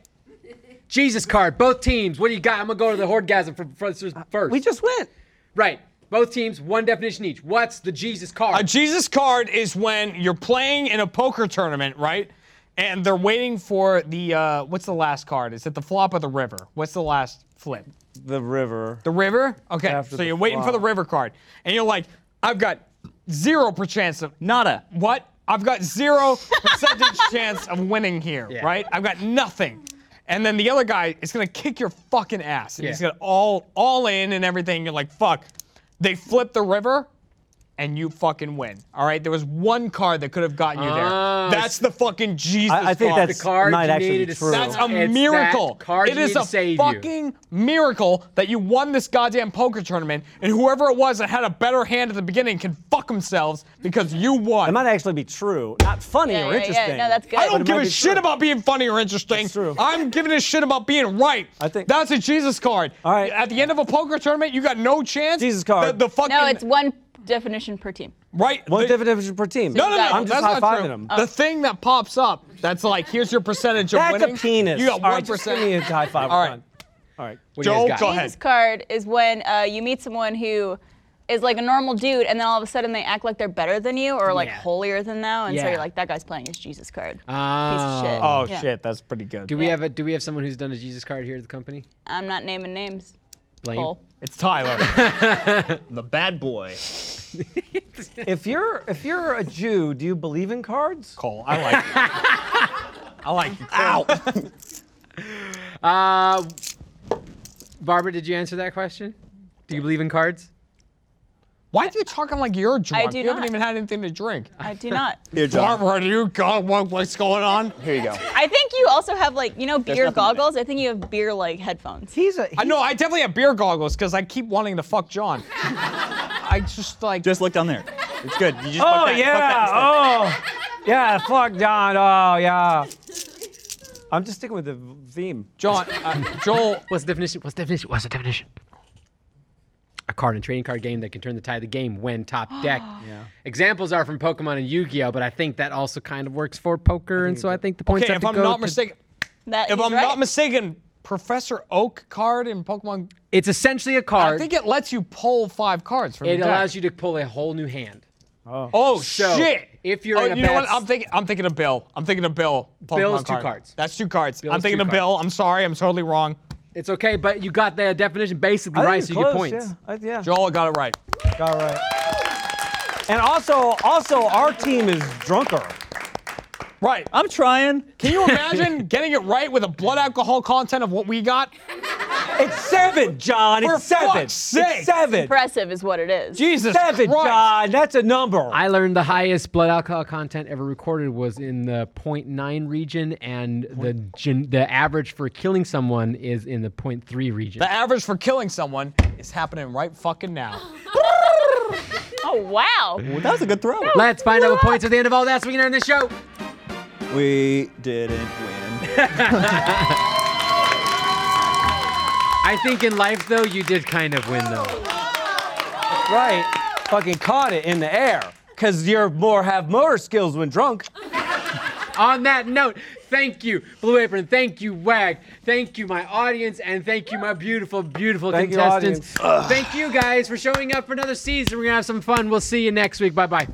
Jesus card. Both teams. What do you got? I'm gonna go to the hordegasm for, for first.
We just went.
right. Both teams. One definition each. What's the Jesus card?
A Jesus card is when you're playing in a poker tournament, right? And they're waiting for the uh, what's the last card? Is it the flop or the river? What's the last flip?
The river.
The river? Okay.
After
so
the
you're waiting for the
flop.
river card. And you're like, I've got zero per chance of
Nada.
what? I've got zero percentage <laughs> chance of winning here,
Yeah.
right? I've got nothing. And then the other guy is gonna kick your fucking ass. And he's
Yeah.
gonna all all in and everything. You're like, fuck. They flip the river. and you fucking win. All right? There was one card that could have gotten you there.
Ah,
that's the fucking Jesus
I, I think
card.
that's
card
not
you
actually
needed to
true.
sell.
That's a
It's that
miracle.
card
it
you
is
need to
a
save you.
fucking miracle that you won this goddamn poker tournament, and whoever it was that had a better hand at the beginning can fuck themselves because you won.
It might actually be true. Not funny
Yeah, yeah,
or
yeah.
interesting.
No, that's good.
I
But
don't
it
give
might
a
be
shit
true.
about being funny or interesting.
That's true.
I'm giving a shit about being right.
I think-
that's a Jesus card.
All right.
At the end of a poker tournament, you got no chance.
Jesus card.
The, the fucking
No, it's one definition per team.
right.
One
the-
definition per team.
No, no, no.
I'm just
that's not
high-fiving
true. Uh,
him.
The thing that pops up that's like, here's your percentage of
That's
winning.
a penis.
You got
All
one
right, just Give me a high five.
All
All
right.
right. All right.
What do you guys
Joel,
got?
go ahead.
Jesus card is when uh, you meet someone who is like a normal dude, and then all of a sudden they act like they're better than you or like
Yeah.
holier than thou, and so
Yeah.
you're like, that guy's playing his Jesus card. Piece of
Oh.
shit.
Oh
Yeah.
shit, that's pretty good.
Do we have a Do we have someone who's done a Jesus card here at the company?
I'm not naming names.
Blaine.
Cole.
It's Tyler.
The bad boy.
If you're if you're a Jew, do you believe in cards?
Cole. I like you. I like you. Ow.
Uh, Barbara, did you answer that question? Do you believe in cards?
Why are you talking like you're drunk?
do
you haven't
not.
even had anything to drink.
I do not.
Here, John.
Barbara, do you got what, what's going on?
Here you go.
I think you also have like you know beer
nothing in it.
goggles. I think you have beer like headphones.
He's a. He's,
I know I definitely have beer goggles because I keep wanting to fuck John. I just like
Just look down there. It's good. You just
Oh
fuck that, fuck that
yeah.
instead.
Oh. Yeah. Fuck Don. Oh yeah. I'm just sticking with the theme.
John. Uh, Joel.
What's the definition? What's the definition? What's the definition? A card and trading card game that can turn the tide of the game when
<gasps>
top deck. Examples are from Pokemon and Yu-Gi-Oh, but I think that also kind of works for poker, and so I think the points
Okay,
have
if
to
I'm
go
not
to-
mistaken,
That
if
he's
I'm
right.
not mistaken, Professor Oak card in Pokemon.
It's essentially a card.
I think it lets you pull five cards from
it
your deck.
allows you to pull a whole new hand.
Oh
So,
shit!
if you're
oh,
in a
you know what?
bad
I'm thinking. I'm thinking of Bill. I'm thinking of Bill. Pokemon
Bill is two
card.
cards.
That's two cards.
Bill
I'm
is
thinking
two
of Bill. I'm sorry. I'm totally wrong.
It's okay, but you got the definition basically
I
right, so
think
you get
close,
points.
Yeah. I, yeah.
Joel got it right.
All right. And also, also, our team is drunker.
Right.
I'm trying.
Can
<laughs>
you imagine getting it right with a blood alcohol content of what we got?
It's seven, John.
For
it's seven.
fuck's sake.
It's seven.
impressive is what it is.
Jesus
seven,
Christ!
John. That's a number.
I learned the highest blood alcohol content ever recorded was in the 0.9 region, and the gen- the average for killing someone is in the 0.3 region.
The average for killing someone is happening right fucking now.
Oh wow.
Well, that was a good throw.
<laughs> Let's find out what points at the end of all that so we can earn this show.
We didn't win.
I think in life, though, you did kind of win, though.
right. Fucking caught it in the air. Cause you're more have motor skills when drunk.
On that note, thank you, Blue Apron. Thank you, Wag. Thank you, my audience. And thank you, my beautiful, beautiful
Thank you,
contestants. thank you guys for showing up for another season. We're going to have some fun. We'll see you next week. Bye bye.